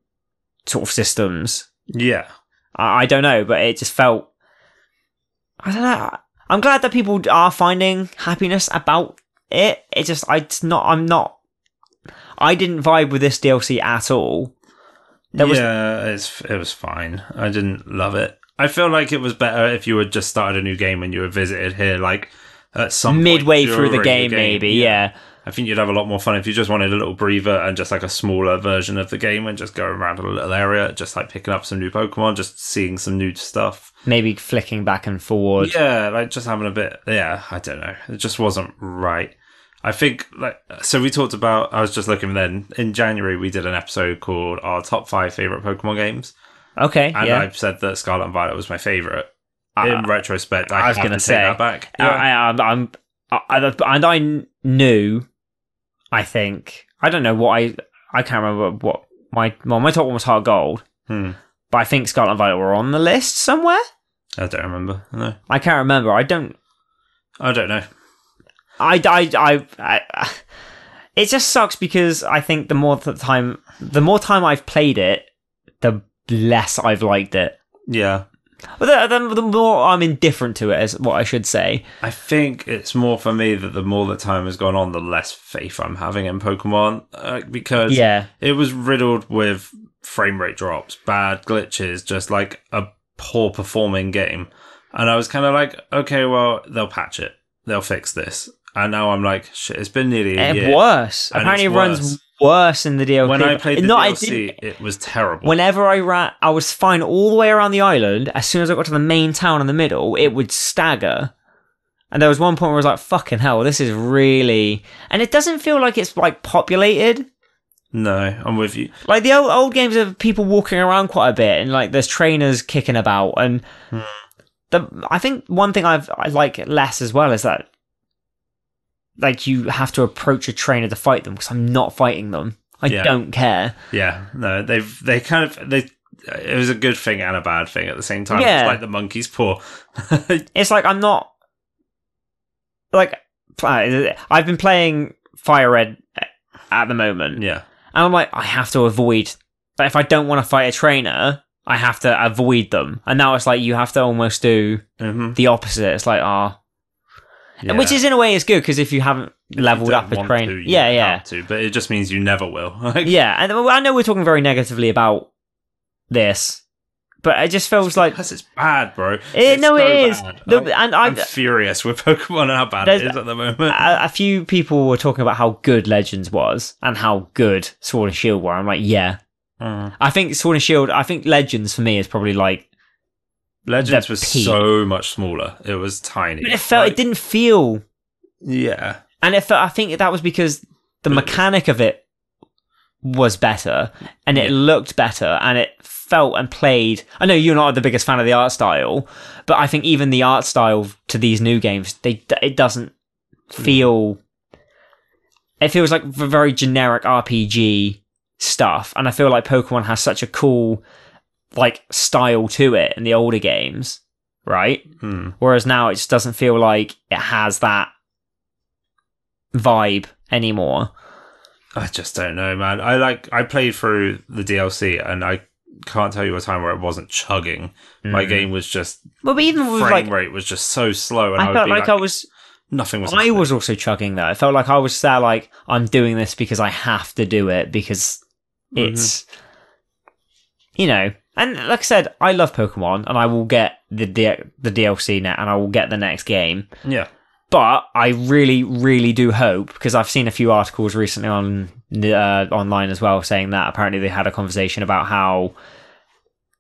Speaker 1: sort of systems.
Speaker 2: Yeah.
Speaker 1: I, I don't know, but it just felt. I don't know. I'm glad that people are finding happiness about it. It just, I, it's not. I'm not. I didn't vibe with this DLC at all. There was-
Speaker 2: yeah, it's, it was fine. I didn't love it. I feel like it was better if you had just started a new game and you were visited here, like at some point
Speaker 1: Midway through the game,
Speaker 2: during
Speaker 1: maybe. Yeah.
Speaker 2: I think you'd have a lot more fun if you just wanted a little breather and just like a smaller version of the game and just going around a little area, just like picking up some new Pokemon, just seeing some new stuff.
Speaker 1: Maybe flicking back and forward.
Speaker 2: Yeah, like just having a bit. Yeah, I don't know. It just wasn't right. I think like so we talked about. I was just looking then in January we did an episode called our top five favorite Pokemon games,
Speaker 1: Okay.
Speaker 2: and
Speaker 1: yeah.
Speaker 2: I've said that Scarlet and Violet was my favorite. in
Speaker 1: Uh,
Speaker 2: retrospect, I,
Speaker 1: I was
Speaker 2: have
Speaker 1: gonna
Speaker 2: to take
Speaker 1: say,
Speaker 2: that back.
Speaker 1: I, I, I'm, I'm, I, I- and I knew, I think, I don't know what I, I can't remember what my, well, my top one was Heart Gold,
Speaker 2: Hmm.
Speaker 1: but I think Scarlet and Violet were on the list somewhere.
Speaker 2: I don't remember. No,
Speaker 1: I can't remember. I don't.
Speaker 2: I don't know.
Speaker 1: I. I. I. I it just sucks because I think the more th- time, the more time I've played it, the less I've liked it.
Speaker 2: Yeah,
Speaker 1: But the, the, the more I'm indifferent to it is what I should say.
Speaker 2: I think it's more for me that the more that time has gone on, the less faith I'm having in Pokemon uh, because
Speaker 1: Yeah,
Speaker 2: it was riddled with frame rate drops, bad glitches, just like a poor performing game. And I was kind of like, okay, well, they'll patch it. They'll fix this. And now I'm like, shit, it's been nearly a
Speaker 1: And
Speaker 2: year.
Speaker 1: worse.
Speaker 2: And
Speaker 1: Apparently, it
Speaker 2: it's
Speaker 1: runs worse in the DLC.
Speaker 2: When I played the
Speaker 1: No, I didn't-
Speaker 2: DLC, it was terrible.
Speaker 1: Whenever I ran, I was fine all the way around the island. As soon as I got to the main town in the middle, it would stagger. And there was one point where I was like, fucking hell, this is really. And it doesn't feel like it's like populated.
Speaker 2: no, I'm with you.
Speaker 1: Like the old, old games of people walking around quite a bit and like there's trainers kicking about. And
Speaker 2: Hmm.
Speaker 1: the, I think one thing I've, I like less as well is that like you have to approach a trainer to fight them because I'm not fighting them. I
Speaker 2: Yeah.
Speaker 1: don't care.
Speaker 2: Yeah, no, they've they kind of they. It was a good thing and a bad thing at the same time.
Speaker 1: Yeah.
Speaker 2: It's like the monkey's paw.
Speaker 1: it's like I'm not like pl- I've been playing Fire Red at the moment,
Speaker 2: yeah,
Speaker 1: and I'm like I have to avoid. Like if I don't want to fight a trainer, I have to avoid them. And now it's like you have to almost do
Speaker 2: mm-hmm.
Speaker 1: the opposite. It's like ah, which is in a way is good because if you haven't leveled up a trainer, yeah, yeah,
Speaker 2: To, but it just means you never will.
Speaker 1: yeah. And I know we're talking very negatively about this, but it just feels like
Speaker 2: Plus, it's bad, bro.
Speaker 1: Eh, no, it is.
Speaker 2: bad.
Speaker 1: The-
Speaker 2: Like,
Speaker 1: and
Speaker 2: I'm
Speaker 1: I,
Speaker 2: furious with Pokemon and how bad
Speaker 1: There's-
Speaker 2: it is at the moment.
Speaker 1: a, a few people were talking about how good Legends was and how good Sword and Shield were. I'm like, yeah.
Speaker 2: Mm.
Speaker 1: I think Sword and Shield, I think Legends for me is probably like.
Speaker 2: Legends
Speaker 1: the
Speaker 2: was
Speaker 1: peak.
Speaker 2: so much smaller. It was tiny.
Speaker 1: But it felt, it
Speaker 2: Like,
Speaker 1: didn't feel.
Speaker 2: Yeah,
Speaker 1: And it felt, I think that was because the mechanic of it was better and it looked better and it felt and played. I know you're not the biggest fan of the art style, but I think even the art style to these new games, they it doesn't feel. It feels like v- very generic RPG stuff, and I feel like Pokemon has such a cool like style to it in the older games, right?
Speaker 2: Mm.
Speaker 1: Whereas now it just doesn't feel like it has that vibe anymore.
Speaker 2: I just don't know, man. I like I played through the DLC and I can't tell you a time where it wasn't chugging.
Speaker 1: Hmm.
Speaker 2: My game was just
Speaker 1: Mm. Well, but even with
Speaker 2: frame
Speaker 1: like,
Speaker 2: rate was just so slow, and I,
Speaker 1: I
Speaker 2: would
Speaker 1: felt
Speaker 2: be
Speaker 1: like,
Speaker 2: like,
Speaker 1: I was,
Speaker 2: nothing was.
Speaker 1: I
Speaker 2: happening.
Speaker 1: was also chugging though. I felt like I was there, like I'm doing this because I have to do it because it's, you know. And like I said, I love Pokemon, and I will get the D- the DLC net, and I will get the next game.
Speaker 2: yeah,
Speaker 1: But I really, really do hope because I've seen a few articles recently on the, uh, online as well saying that apparently they had a conversation about how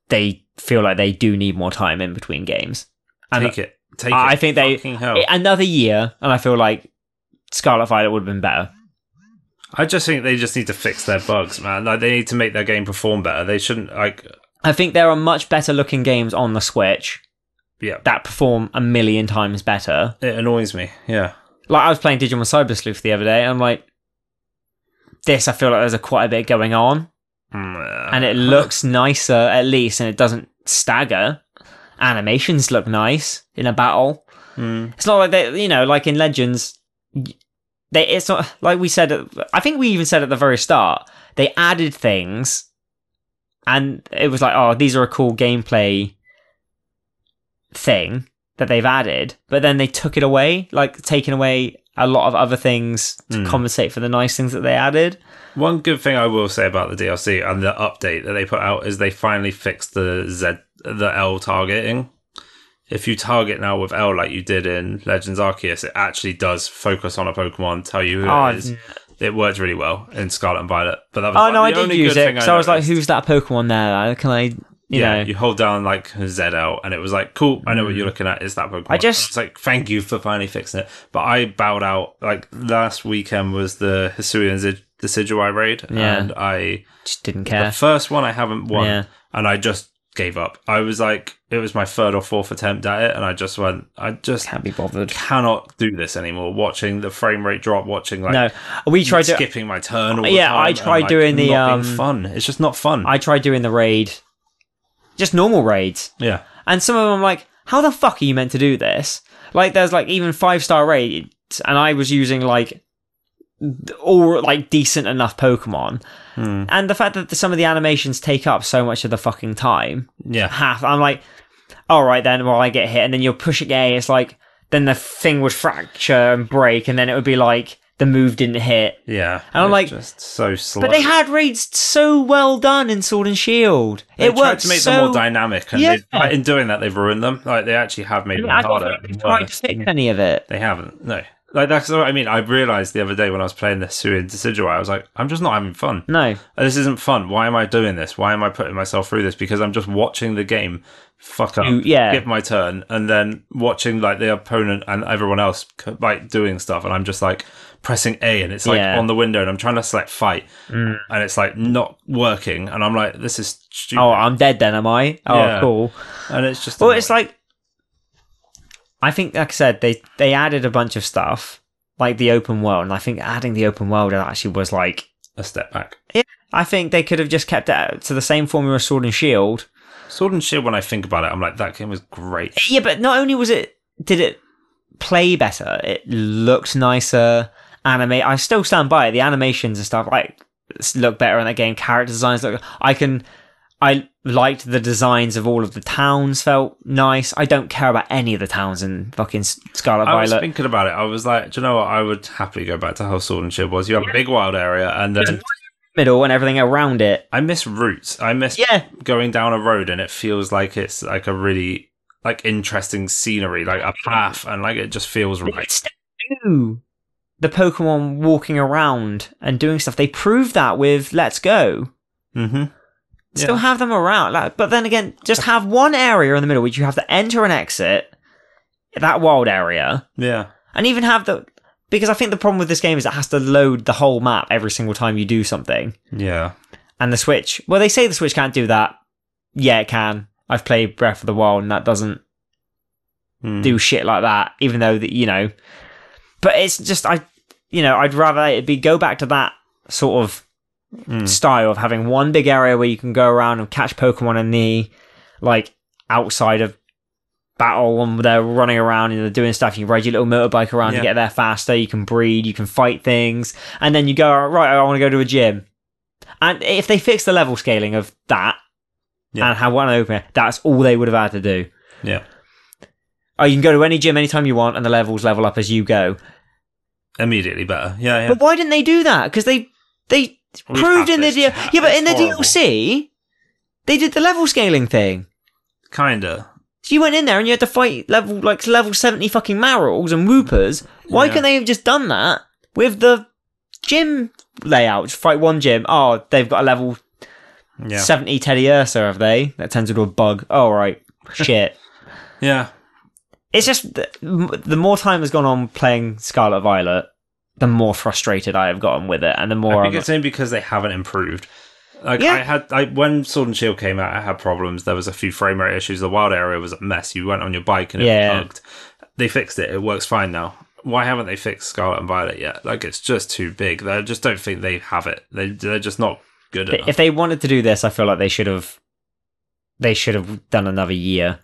Speaker 1: they feel like they do need more time in between games. And
Speaker 2: take it, take
Speaker 1: I
Speaker 2: it.
Speaker 1: think they-
Speaker 2: Fucking hell.
Speaker 1: another year, and I feel like Scarlet Violet would have been better.
Speaker 2: I just think they just need to fix their bugs, man. Like they need to make their game perform better. They shouldn't like,
Speaker 1: I think there are much better looking games on the Switch
Speaker 2: yeah.
Speaker 1: that perform a million times better.
Speaker 2: It annoys me. Yeah,
Speaker 1: Like I was playing Digimon Cyber Sleuth the other day, and I'm like, this I feel like there's a quite a bit going on. Hmm.
Speaker 2: Mm. Oh,
Speaker 1: and it looks nicer at least and it doesn't stagger animations look nice in a battle
Speaker 2: Mm.
Speaker 1: it's not like they you know like in legends y- they it's not like we said at- i think we even said at the very start they added things and it was like oh these are a cool gameplay thing that they've added but then they took it away like taking away a lot of other things to
Speaker 2: Mm.
Speaker 1: compensate for the nice things that they added
Speaker 2: One good thing I will say about the DLC and the update that they put out is they finally fixed the Z, the L targeting. If you target now with L like you did in Legends Arceus, it actually does focus on a Pokemon, tell you who
Speaker 1: oh,
Speaker 2: it is. It worked really well in Scarlet and Violet, but that was
Speaker 1: Oh
Speaker 2: like
Speaker 1: no,
Speaker 2: the
Speaker 1: I did
Speaker 2: only
Speaker 1: use
Speaker 2: good
Speaker 1: it.
Speaker 2: thing
Speaker 1: because I was like,
Speaker 2: noticed.
Speaker 1: "Who's that Pokemon there? Can I?" You
Speaker 2: yeah,
Speaker 1: know, Mm.
Speaker 2: you hold down like ZL, and it was like, cool. I know what you're looking at. Is that Pokemon?
Speaker 1: I just-
Speaker 2: it's like, thank you for finally fixing it. But I bowed out. Like last weekend was the Hisuian Zid- Decidueye raid,
Speaker 1: Yeah.
Speaker 2: and I
Speaker 1: just didn't
Speaker 2: the
Speaker 1: care.
Speaker 2: first one I haven't won,
Speaker 1: Yeah.
Speaker 2: and I just gave up. I was like, it was my third or fourth attempt at it, and I just went, I just
Speaker 1: Can't be bothered.
Speaker 2: cannot do this anymore. Watching the frame rate drop, watching like.
Speaker 1: No, we tried to.
Speaker 2: skipping my turn. All the
Speaker 1: Yeah, I
Speaker 2: time and,
Speaker 1: tried
Speaker 2: like,
Speaker 1: doing the,
Speaker 2: not being
Speaker 1: um,
Speaker 2: fun. It's just not fun.
Speaker 1: I tried doing the raid, just normal raids,
Speaker 2: yeah,
Speaker 1: and some of them I'm like, "How the fuck are you meant to do this?" Like, there's like even five star raids, and I was using like th- all like decent enough Pokemon,
Speaker 2: Hmm.
Speaker 1: and the fact that the, some of the animations take up so much of the fucking time.
Speaker 2: yeah.
Speaker 1: half. I'm like, all right then. Well, I get hit, and then you're pushing A. It's like then the thing would fracture and break, and then it would be like the move didn't hit.
Speaker 2: Yeah,
Speaker 1: And I'm
Speaker 2: it's
Speaker 1: like-
Speaker 2: just so slow.
Speaker 1: But they had raids so well done in Sword and Shield.
Speaker 2: They
Speaker 1: it
Speaker 2: tried
Speaker 1: worked
Speaker 2: to make
Speaker 1: so
Speaker 2: them more dynamic, and
Speaker 1: Yeah.
Speaker 2: they, in doing that, they've ruined them. Like they actually have made them
Speaker 1: I don't
Speaker 2: harder.
Speaker 1: think they tried to fix any of it.
Speaker 2: They haven't. No, like that's what I mean. I realized the other day when I was playing this through Decidueye, I was like, I'm just not having fun.
Speaker 1: No.
Speaker 2: This isn't fun. Why am I doing this? Why am I putting myself through this? Because I'm just watching the game fuck up,
Speaker 1: You- yeah.
Speaker 2: give my turn, and then watching like the opponent and everyone else c- like doing stuff, and I'm just like pressing A, and it's like
Speaker 1: Yeah.
Speaker 2: on the window, and I'm trying to select fight,
Speaker 1: Mm.
Speaker 2: and it's like not working, and I'm like, this is stupid,
Speaker 1: Oh, I'm dead then, am I? Oh,
Speaker 2: Yeah.
Speaker 1: cool.
Speaker 2: and it's just
Speaker 1: Well, it's
Speaker 2: annoying.
Speaker 1: like I think, like I said, they they added a bunch of stuff like the open world, and I think adding the open world actually was like
Speaker 2: a step back.
Speaker 1: I think they could have just kept it out to the same formula as Sword and Shield.
Speaker 2: Sword and Shield. When I think about it, I'm like, that game was great.
Speaker 1: Yeah, but not only was it did it play better, it looked nicer. Anime, I still stand by it. The animations and stuff like s- look better in that game. Character designs look. I can. I liked the designs of all of the towns. Felt nice. I don't care about any of the towns in fucking S- Scarlet
Speaker 2: I was
Speaker 1: Violet.
Speaker 2: thinking about it. I was like, do you know what? I would happily go back to how Sword and Shield was. You have a big wild area, and then
Speaker 1: middle and everything around it.
Speaker 2: I miss routes. I miss
Speaker 1: Yeah,
Speaker 2: going down a road, and it feels like it's like a really like interesting scenery, like a path, and like it just feels right.
Speaker 1: it's step two. The Pokemon walking around and doing stuff. They proved that with Let's Go.
Speaker 2: Mm-hmm.
Speaker 1: Still have them around. Like, but then again, just have one area in the middle which you have to enter and exit that wild area.
Speaker 2: Yeah,
Speaker 1: And even have the. Because I think the problem with this game is it has to load the whole map every single time you do something.
Speaker 2: yeah.
Speaker 1: And the Switch. Well, they say the Switch can't do that. Yeah, it can. I've played Breath of the Wild and that doesn't
Speaker 2: Mm.
Speaker 1: do shit like that, even though that you know. But it's just I, you know, I'd rather it be go back to that sort of
Speaker 2: Mm.
Speaker 1: style of having one big area where you can go around and catch Pokemon in the like outside of battle and they're running around and they're doing stuff. You ride your little motorbike around
Speaker 2: Yeah.
Speaker 1: to get there faster. You can breed, you can fight things, and then you go right. I want to go to a gym. And if they fix the level scaling of that
Speaker 2: Yeah.
Speaker 1: and have one open, that's all they would have had to do.
Speaker 2: Yeah,
Speaker 1: Oh, you can go to any gym anytime you want, and the levels level up as you go.
Speaker 2: immediately better. Yeah, yeah.
Speaker 1: But why didn't they do that? Because they they
Speaker 2: We've
Speaker 1: proved
Speaker 2: had
Speaker 1: in the
Speaker 2: this
Speaker 1: D- yeah,
Speaker 2: chat.
Speaker 1: but
Speaker 2: It's
Speaker 1: in the
Speaker 2: horrible.
Speaker 1: DLC they did the level scaling thing.
Speaker 2: Kinda.
Speaker 1: So you went in there and you had to fight level like level seventy fucking Marauls and Whoopers. Why
Speaker 2: Yeah.
Speaker 1: couldn't they have just done that with the gym layout? Just fight one gym. Oh, they've got a level
Speaker 2: Yeah,
Speaker 1: seventy Teddy Ursa, have they? That turns into a bug. oh, right, shit.
Speaker 2: yeah.
Speaker 1: it's just the, the more time has gone on playing Scarlet Violet, the more frustrated I have gotten with it, and the more
Speaker 2: I
Speaker 1: I'm,
Speaker 2: think it's only because they haven't improved. Like
Speaker 1: Yeah.
Speaker 2: I had, I when Sword and Shield came out, I had problems. There was a few frame rate issues. The wild area was a mess. You went on your bike and it
Speaker 1: Yeah.
Speaker 2: bugged. They fixed it. It works fine now. Why haven't they fixed Scarlet and Violet yet? Like it's just too big. I just don't think they have it. They they're just not good enough.
Speaker 1: if they wanted to do this, I feel like they should have they should have done another year.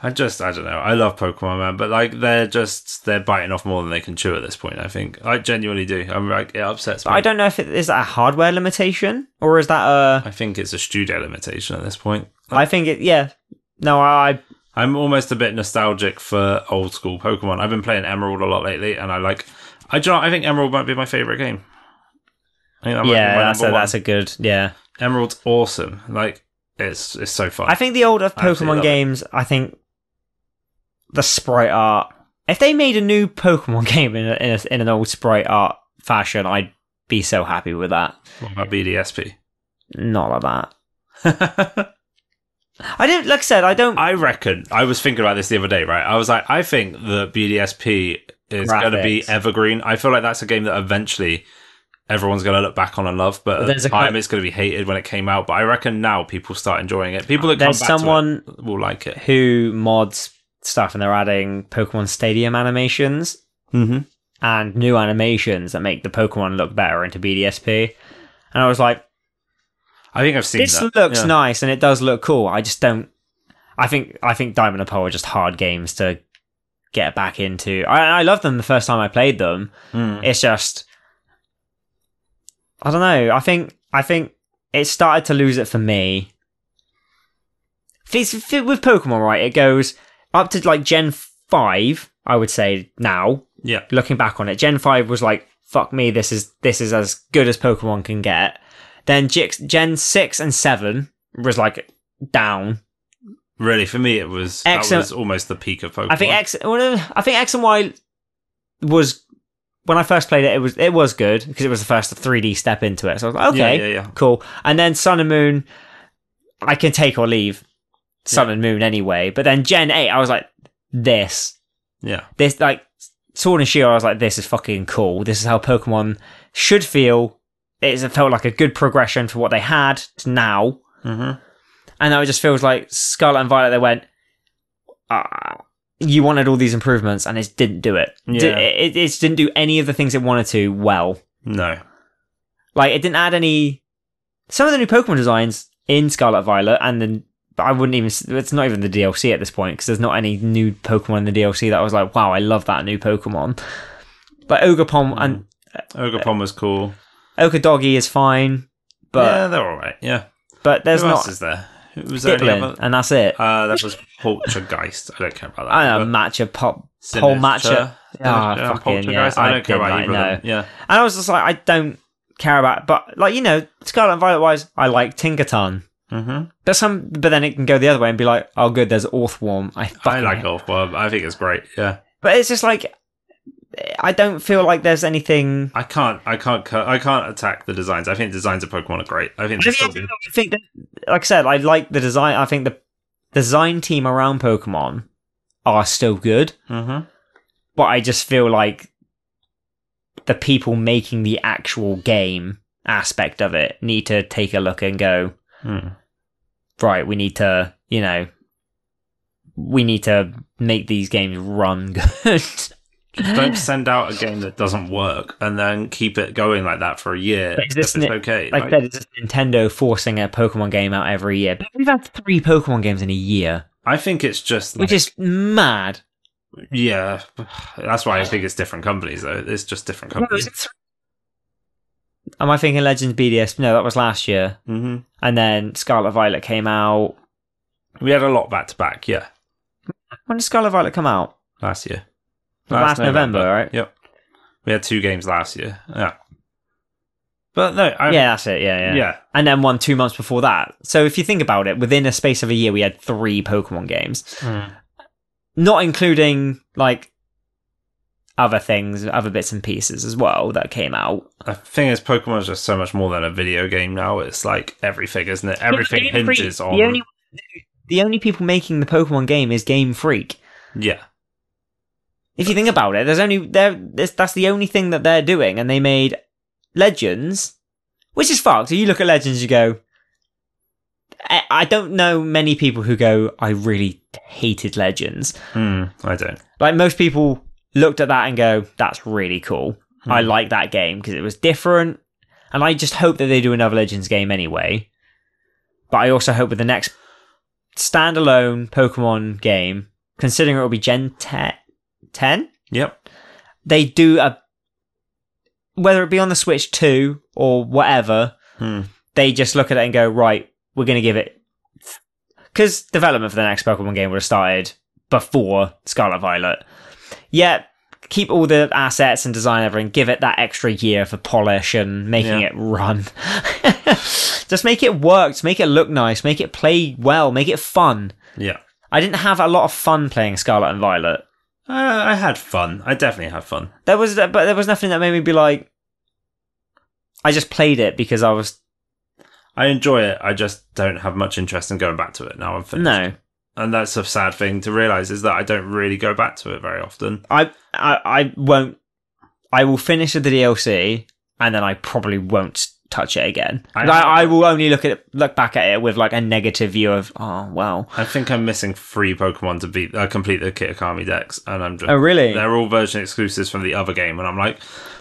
Speaker 2: I just I don't know. I love Pokemon man, but like they're just they're biting off more than they can chew at this point. I think I genuinely do. I'm like it upsets me.
Speaker 1: But I don't know if it is that a hardware limitation or is that a
Speaker 2: I think it's a studio limitation at this point.
Speaker 1: I think it yeah. No, I
Speaker 2: I'm almost a bit nostalgic for old school Pokemon. I've been playing Emerald a lot lately, and I like. I do. You know, I think Emerald might be my favorite game. I think that might
Speaker 1: yeah,
Speaker 2: be my
Speaker 1: that's a,
Speaker 2: number
Speaker 1: that's a good yeah.
Speaker 2: one. Emerald's awesome. Like it's it's so fun.
Speaker 1: I think the older
Speaker 2: absolutely love
Speaker 1: Pokemon
Speaker 2: it.
Speaker 1: games, I think the sprite art. If they made a new Pokemon game in a, in, a, in an old sprite art fashion, I'd be so happy with that.
Speaker 2: what about BDSP?
Speaker 1: Not like that. I don't. Like I said, I don't.
Speaker 2: I reckon I was thinking about this the other day. Right, I was like, I think that BDSP is going to be
Speaker 1: Graphics.
Speaker 2: evergreen. I feel like that's a game that eventually everyone's going to look back on and love. But,
Speaker 1: But
Speaker 2: at
Speaker 1: there's
Speaker 2: the
Speaker 1: a
Speaker 2: time,
Speaker 1: kind-
Speaker 2: it's going to be hated when it came out. But I reckon now people start enjoying it. People that come back
Speaker 1: there's someone
Speaker 2: to it will like it.
Speaker 1: who mods stuff, and they're adding Pokemon Stadium animations
Speaker 2: Mm-hmm.
Speaker 1: and new animations that make the Pokemon look better into BDSP. And I was like,
Speaker 2: I think I've seen
Speaker 1: this
Speaker 2: that.
Speaker 1: looks
Speaker 2: Yeah.
Speaker 1: nice, and it does look cool. I just don't. I think I think Diamond and Pearl are just hard games to get back into. I, I loved them the first time I played them.
Speaker 2: Mm.
Speaker 1: It's just I don't know. I think I think it started to lose it for me. If it's- if it- with Pokemon, right? It goes up to like Gen five. I would say now,
Speaker 2: Yeah.
Speaker 1: looking back on it, Gen five was like fuck me, this is this is as good as Pokemon can get. Then Jix- Gen six and seven was like down.
Speaker 2: Really, for me, it was
Speaker 1: X-
Speaker 2: that was almost the peak of Pokemon.
Speaker 1: I think X. well, no, I think X and Y was when I first played it. It was it was good because it was the first 3D step into it. So I was like, okay,
Speaker 2: Yeah, yeah, yeah.
Speaker 1: cool. And then Sun and Moon, I can take or leave Sun and Moon anyway. But then Gen eight, I was like, this
Speaker 2: yeah.
Speaker 1: this like Sword and Shield, I was like, this is fucking cool. This is how Pokemon should feel. It's- It felt like a good progression for what they had to now,
Speaker 2: Mm-hmm.
Speaker 1: and now it just feels like Scarlet and Violet. They went, ah, you wanted all these improvements, and it didn't do it. Di-
Speaker 2: Yeah.
Speaker 1: it, it just didn't do any of the things it wanted to well.
Speaker 2: No.
Speaker 1: Like it didn't add any. Some of the new Pokemon designs in Scarlet Violet, and then but I wouldn't even. s- It's not even the DLC at this point because there's not any new Pokemon in the DLC that I was like, wow, I love that new Pokemon. But Ogapom
Speaker 2: Hmm.
Speaker 1: and
Speaker 2: Ogapon was cool.
Speaker 1: Okadogi is fine, but
Speaker 2: yeah, they're all right. Yeah.
Speaker 1: but there's
Speaker 2: Who
Speaker 1: not
Speaker 2: else is there? Who was there? any
Speaker 1: Diplin,
Speaker 2: other-
Speaker 1: and that's it.
Speaker 2: Uh, that was Poltergeist. I don't care about that.
Speaker 1: I don't
Speaker 2: But
Speaker 1: know, matcha pop,
Speaker 2: Sinister-
Speaker 1: whole matcha. Ah,
Speaker 2: Sinister,
Speaker 1: fucking,
Speaker 2: Poltergeist,
Speaker 1: yeah,
Speaker 2: I
Speaker 1: I
Speaker 2: don't care
Speaker 1: did
Speaker 2: about
Speaker 1: not
Speaker 2: either of them. Yeah.
Speaker 1: And I was just like, I don't care about, but like you know, Scarlet and Violet wise, I like Tinkerton.
Speaker 2: Mm-hmm.
Speaker 1: But some, but then it can go the other way and be like, oh, good, there's Orthworm. I
Speaker 2: I
Speaker 1: fucking
Speaker 2: like Orthworm. I think it's great. Yeah.
Speaker 1: But it's just like I don't feel like there's anything.
Speaker 2: I can't. I can't. cu- I can't attack the designs. I think the designs of Pokemon are great. I think.
Speaker 1: I
Speaker 2: they're
Speaker 1: think,
Speaker 2: still-
Speaker 1: I think that, like I said, I like the design. I think the design team around Pokemon are still good,
Speaker 2: Mhm.
Speaker 1: but I just feel like the people making the actual game aspect of it need to take a look and go
Speaker 2: Mm.
Speaker 1: right. We need to, you know, we need to make these games run good. Ah.
Speaker 2: Don't send out a game that doesn't work and then keep it going like that for a year.
Speaker 1: But is this
Speaker 2: if it's
Speaker 1: ni-
Speaker 2: okay.
Speaker 1: like I
Speaker 2: Like,
Speaker 1: said, it's just Nintendo forcing a Pokemon game out every year. But we've had three Pokemon games in a year,
Speaker 2: I think it's just. Like,
Speaker 1: which is mad.
Speaker 2: yeah. That's why I think it's different companies though. It's just different companies.
Speaker 1: Am I thinking Legends BDS? No, that was last year.
Speaker 2: hmm
Speaker 1: And then Scarlet Violet came out.
Speaker 2: We had a lot back to back. Yeah.
Speaker 1: When did Scarlet Violet come out?
Speaker 2: Last year.
Speaker 1: Last November, right?
Speaker 2: Yep. We had two games last year. Yeah. But no. I,
Speaker 1: yeah, that's it. Yeah, yeah,
Speaker 2: Yeah.
Speaker 1: And then one two months before that. So if you think about it, within a space of a year, we had three Pokemon games, not including like other things, other bits and pieces as well that came out.
Speaker 2: The thing is, Pokemon is just so much more than a video game now. It's like everything, isn't it? Everything
Speaker 1: Game Freak-
Speaker 2: hinges on.
Speaker 1: the only the only people making the Pokemon game is Game Freak.
Speaker 2: Yeah.
Speaker 1: If you think about it, there's only there there's- that's the only thing that they're doing, and they made Legends, which is fucked. So you look at Legends, you go. I, I don't know many people who go. I really hated Legends.
Speaker 2: Hmm. I don't.
Speaker 1: Like most people looked at that and go, "That's really cool. I
Speaker 2: Hmm.
Speaker 1: like that game because it was different." And I just hope that they do another Legends game anyway. But I also hope with the next standalone Pokemon game, considering it will be Gen 10, 10?
Speaker 2: Yep.
Speaker 1: they do a whether it be on the Switch 2 or whatever,
Speaker 2: Hmm.
Speaker 1: they just look at it and go, "Right, we're going to give it." Because development for the next Pokemon game would have started before Scarlet Violet. Yeah, keep all the assets and design everything. Give it that extra year for polish and making
Speaker 2: Yeah.
Speaker 1: it run. just make it work. Just make it look nice. Make it play well. Make it fun.
Speaker 2: Yeah.
Speaker 1: I didn't have a lot of fun playing Scarlet and Violet.
Speaker 2: Uh, I had fun. I definitely had fun.
Speaker 1: There was, but there was nothing that made me be like. I just played it because I was
Speaker 2: I enjoy it. I just don't have much interest in going back to it now. I'm finished.
Speaker 1: no.
Speaker 2: And that's a sad thing to realize is that I don't really go back to it very often.
Speaker 1: I, I I won't. I will finish with the DLC, and then I probably won't touch it again.
Speaker 2: I-
Speaker 1: Like, I, will only look at it, look back at it with like a negative view of oh well.
Speaker 2: I think I'm missing three Pokemon to beat, uh, complete the Kitakami decks, and I'm just
Speaker 1: Oh really?
Speaker 2: They're all version exclusives from the other game, and I'm like,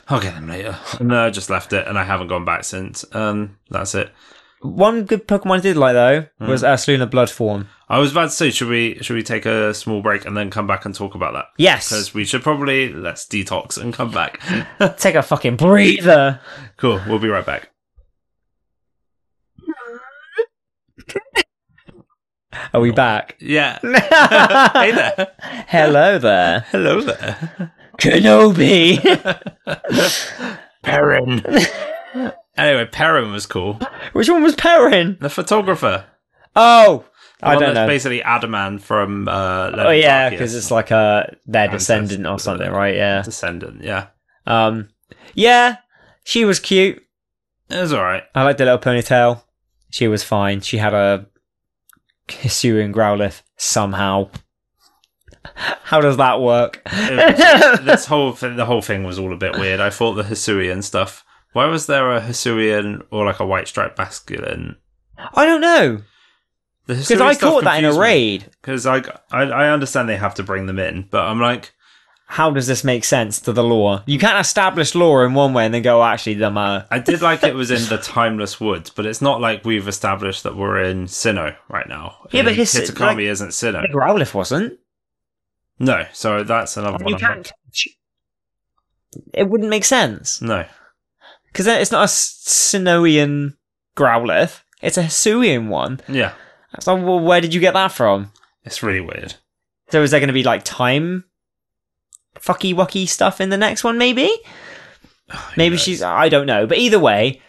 Speaker 2: I'll get them later. No, I just left it, and I haven't gone back since. Um, that's it.
Speaker 1: One good Pokemon I did like though was uh, Ursaluna Bloodform.
Speaker 2: I was about to say, should we should we take a small break and then come back and talk about that?
Speaker 1: Yes,
Speaker 2: Because we should probably let's detox and come back.
Speaker 1: take a fucking breather.
Speaker 2: cool, we'll be right back.
Speaker 1: Are we back?
Speaker 2: Yeah.
Speaker 1: hey
Speaker 2: there.
Speaker 1: Hello there.
Speaker 2: Hello there.
Speaker 1: Kenobi.
Speaker 2: Perrin. anyway, Perrin was cool.
Speaker 1: Which one was Perrin?
Speaker 2: The photographer.
Speaker 1: Oh,
Speaker 2: The
Speaker 1: I
Speaker 2: one
Speaker 1: don't know.
Speaker 2: that's basically Adaman from. Uh,
Speaker 1: Oh yeah,
Speaker 2: Leviticus.
Speaker 1: because it's like a their
Speaker 2: Ancestor,
Speaker 1: descendant or
Speaker 2: isn't
Speaker 1: something,
Speaker 2: it?
Speaker 1: right? Yeah.
Speaker 2: Descendant, yeah.
Speaker 1: Um, yeah, she was cute.
Speaker 2: It was alright.
Speaker 1: I liked the little ponytail. She was fine. She had a Hisuian Growlithe somehow. How does that work?
Speaker 2: this whole thing, the whole thing was all a bit weird. I thought the Hisuian stuff. Why was there a Hisuian or like a white striped masculine?
Speaker 1: I don't know because I caught that in a raid.
Speaker 2: Because I, I I understand they have to bring them in, but I'm like,
Speaker 1: How does this make sense to the law? You can't establish law in one way and then go, "Oh, actually, uh, the matter.
Speaker 2: I did like it was in the Timeless Woods, but it's not like we've established that we're in Sinnoh right now.
Speaker 1: Yeah, but
Speaker 2: And
Speaker 1: his-
Speaker 2: Kitakami
Speaker 1: like-
Speaker 2: isn't Sinnoh.
Speaker 1: Growlithe wasn't.
Speaker 2: No, so that's another one.
Speaker 1: You
Speaker 2: I'm
Speaker 1: can't.
Speaker 2: like,
Speaker 1: It wouldn't make sense.
Speaker 2: No,
Speaker 1: Because it's not a Sinoian Growlithe, it's a Hisuian one.
Speaker 2: yeah,
Speaker 1: So, well, where did you get that from?
Speaker 2: it's really weird.
Speaker 1: So, is there going to be like time fucky wucky stuff in the next one, maybe? Maybe
Speaker 2: knows?
Speaker 1: she's. I don't know. But either way,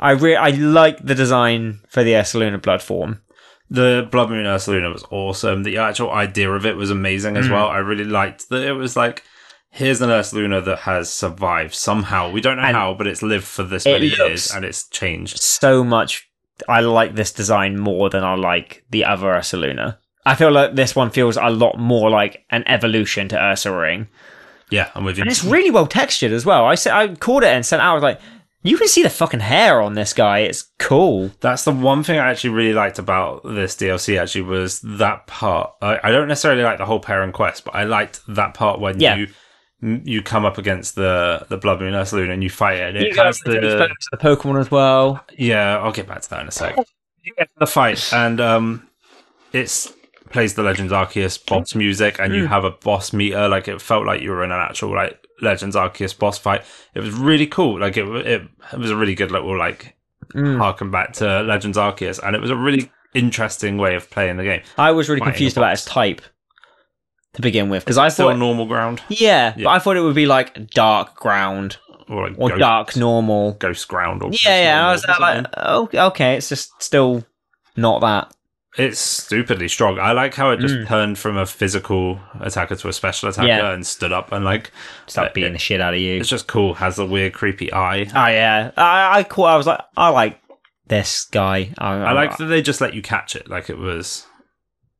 Speaker 1: I re- I like the design for the Ursaluna blood form.
Speaker 2: The Blood Moon Ursa Luna was awesome. The actual idea of it was amazing as
Speaker 1: Mhm.
Speaker 2: well. I really liked that it was like, here's an Ursa Luna that has survived somehow. We don't know
Speaker 1: And
Speaker 2: how, but it's lived for this
Speaker 1: it
Speaker 2: many years
Speaker 1: looks-
Speaker 2: and it's changed.
Speaker 1: So much. I like this design more than I like the other Ursaluna. I feel like this one feels a lot more like an evolution to Ursa Ring.
Speaker 2: Yeah, I'm with you.
Speaker 1: and it's really well textured as well. I said I caught it and sent out. I was like, you can see the fucking hair on this guy. It's cool.
Speaker 2: That's the one thing I actually really liked about this DLC. Actually, was that part. I, I don't necessarily like the whole Parent Quest, but I liked that part when
Speaker 1: Yeah.
Speaker 2: you you come up against the the Blood Moon Ursa Luna and you fight it. And it
Speaker 1: You
Speaker 2: has
Speaker 1: guys
Speaker 2: the-
Speaker 1: spoke to the Pokemon as well.
Speaker 2: Yeah, I'll get back to that in a sec. You get to the fight, and um, it's plays the Legends Arceus boss music, and you have a boss meter. Like it felt like you were in an actual like Legends Arceus boss fight. It was really cool. Like it, it, it was a really good little like
Speaker 1: Mm.
Speaker 2: harken back to Legends Arceus, and it was a really interesting way of playing the game.
Speaker 1: I was really
Speaker 2: Fighting
Speaker 1: confused
Speaker 2: the
Speaker 1: about his type to begin with because I
Speaker 2: Still
Speaker 1: thought,
Speaker 2: normal ground
Speaker 1: yeah,
Speaker 2: Yeah.
Speaker 1: but I thought it would be like dark ground
Speaker 2: or like
Speaker 1: or
Speaker 2: ghost,
Speaker 1: dark normal.
Speaker 2: ghost ground or
Speaker 1: yeah, yeah. I was
Speaker 2: ghost normal or
Speaker 1: like,
Speaker 2: something.
Speaker 1: oh, okay, it's just still not that.
Speaker 2: It's stupidly strong. I like how it just
Speaker 1: Mm.
Speaker 2: turned from a physical attacker to a special attacker
Speaker 1: Yeah.
Speaker 2: and stood up and like
Speaker 1: Stop
Speaker 2: Uh,
Speaker 1: beating the shit out of you.
Speaker 2: It's just cool. Has a weird, creepy eye.
Speaker 1: Oh yeah, I, I caught. I was like, I like this guy. I,
Speaker 2: I like that they just let you catch it. Like it was,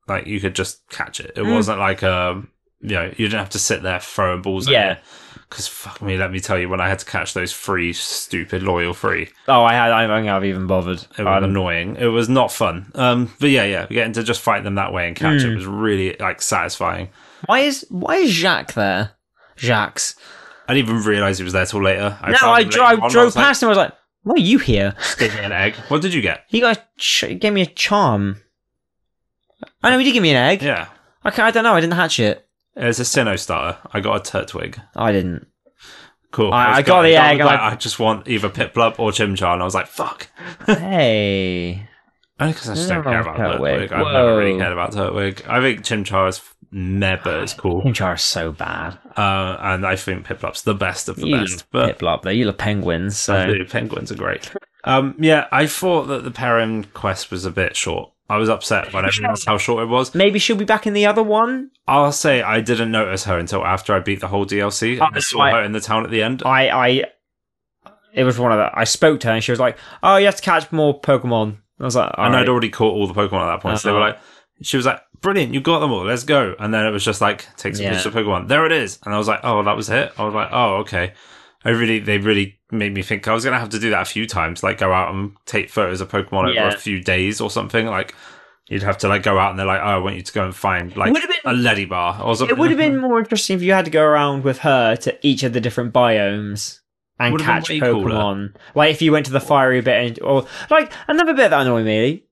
Speaker 2: like you could just catch it. It
Speaker 1: Mm.
Speaker 2: wasn't like um, you know, you didn't have to sit there throwing balls.
Speaker 1: Yeah.
Speaker 2: at Because fuck me, let me tell you, when I had to catch those three stupid loyal three,
Speaker 1: Oh, I had. I don't think I've even bothered.
Speaker 2: it
Speaker 1: I
Speaker 2: was
Speaker 1: don't-
Speaker 2: annoying. It was not fun. Um, but yeah, yeah, getting to just fight them that way and catch it
Speaker 1: Mm.
Speaker 2: was really like satisfying.
Speaker 1: Why is why is Jacques there? Jacques.
Speaker 2: I didn't even realize he was there till later.
Speaker 1: no,
Speaker 2: found
Speaker 1: I,
Speaker 2: him
Speaker 1: dro-
Speaker 2: later on.
Speaker 1: I drove
Speaker 2: was like,
Speaker 1: past him. I was like, "Why are you here?"
Speaker 2: "Give me an egg." What did you get?
Speaker 1: He got a ch- he gave me a charm. I know he did give me an egg.
Speaker 2: Yeah,
Speaker 1: Okay, I don't know. I didn't hatch it.
Speaker 2: it was a Sinnoh starter. I got a Turtwig.
Speaker 1: I didn't.
Speaker 2: Cool.
Speaker 1: I-
Speaker 2: was
Speaker 1: I got
Speaker 2: going-
Speaker 1: the
Speaker 2: I was
Speaker 1: egg,
Speaker 2: Like,
Speaker 1: I-
Speaker 2: I just want either Piplup or Chimchar, and I was like, fuck.
Speaker 1: hey,
Speaker 2: Only because I just don't
Speaker 1: No,
Speaker 2: care about
Speaker 1: Turtwig.
Speaker 2: Turtwig. I've never really
Speaker 1: Whoa.
Speaker 2: cared about Turtwig. I think Chimchar is meh, but it's cool.
Speaker 1: Pinchar is so bad.
Speaker 2: Uh, and I think Piplup's the best of the
Speaker 1: You
Speaker 2: best.
Speaker 1: look
Speaker 2: But
Speaker 1: pip though. You look penguins. So
Speaker 2: Absolutely, penguins are great. Um, yeah, I thought that the Perrin quest was a bit short. I was upset when I realized how short it was.
Speaker 1: maybe she'll be back in the other one.
Speaker 2: I'll say I didn't notice her until after I beat the whole DLC.
Speaker 1: Oh,
Speaker 2: I saw
Speaker 1: I-
Speaker 2: her in the town at the end.
Speaker 1: I I. It was one of the. I spoke to her and she was like, "Oh, you have to catch more Pokemon." I was like,
Speaker 2: and
Speaker 1: "Alright."
Speaker 2: I'd already caught all the Pokemon at that point. So they were
Speaker 1: Uh-huh.
Speaker 2: like, she was like, brilliant, you got them all, let's go. And then it was just like, takes a
Speaker 1: Yeah.
Speaker 2: picture of Pokemon. There it is. And I was like, oh, that was it. I was like, oh, okay. I really, they really made me think I was going to have to do that a few times, like go out and take photos of Pokemon
Speaker 1: Yeah.
Speaker 2: over a few days or something. Like, you'd have to like go out and they're like, oh, I want you to go and find like
Speaker 1: would've
Speaker 2: a
Speaker 1: been-
Speaker 2: Lady Bar or something.
Speaker 1: It would have been more interesting if you had to go around with her to each of the different biomes and
Speaker 2: Would've been
Speaker 1: catch
Speaker 2: way
Speaker 1: Pokemon. Like if you went to the fiery bit, and, or like another bit that annoyed me.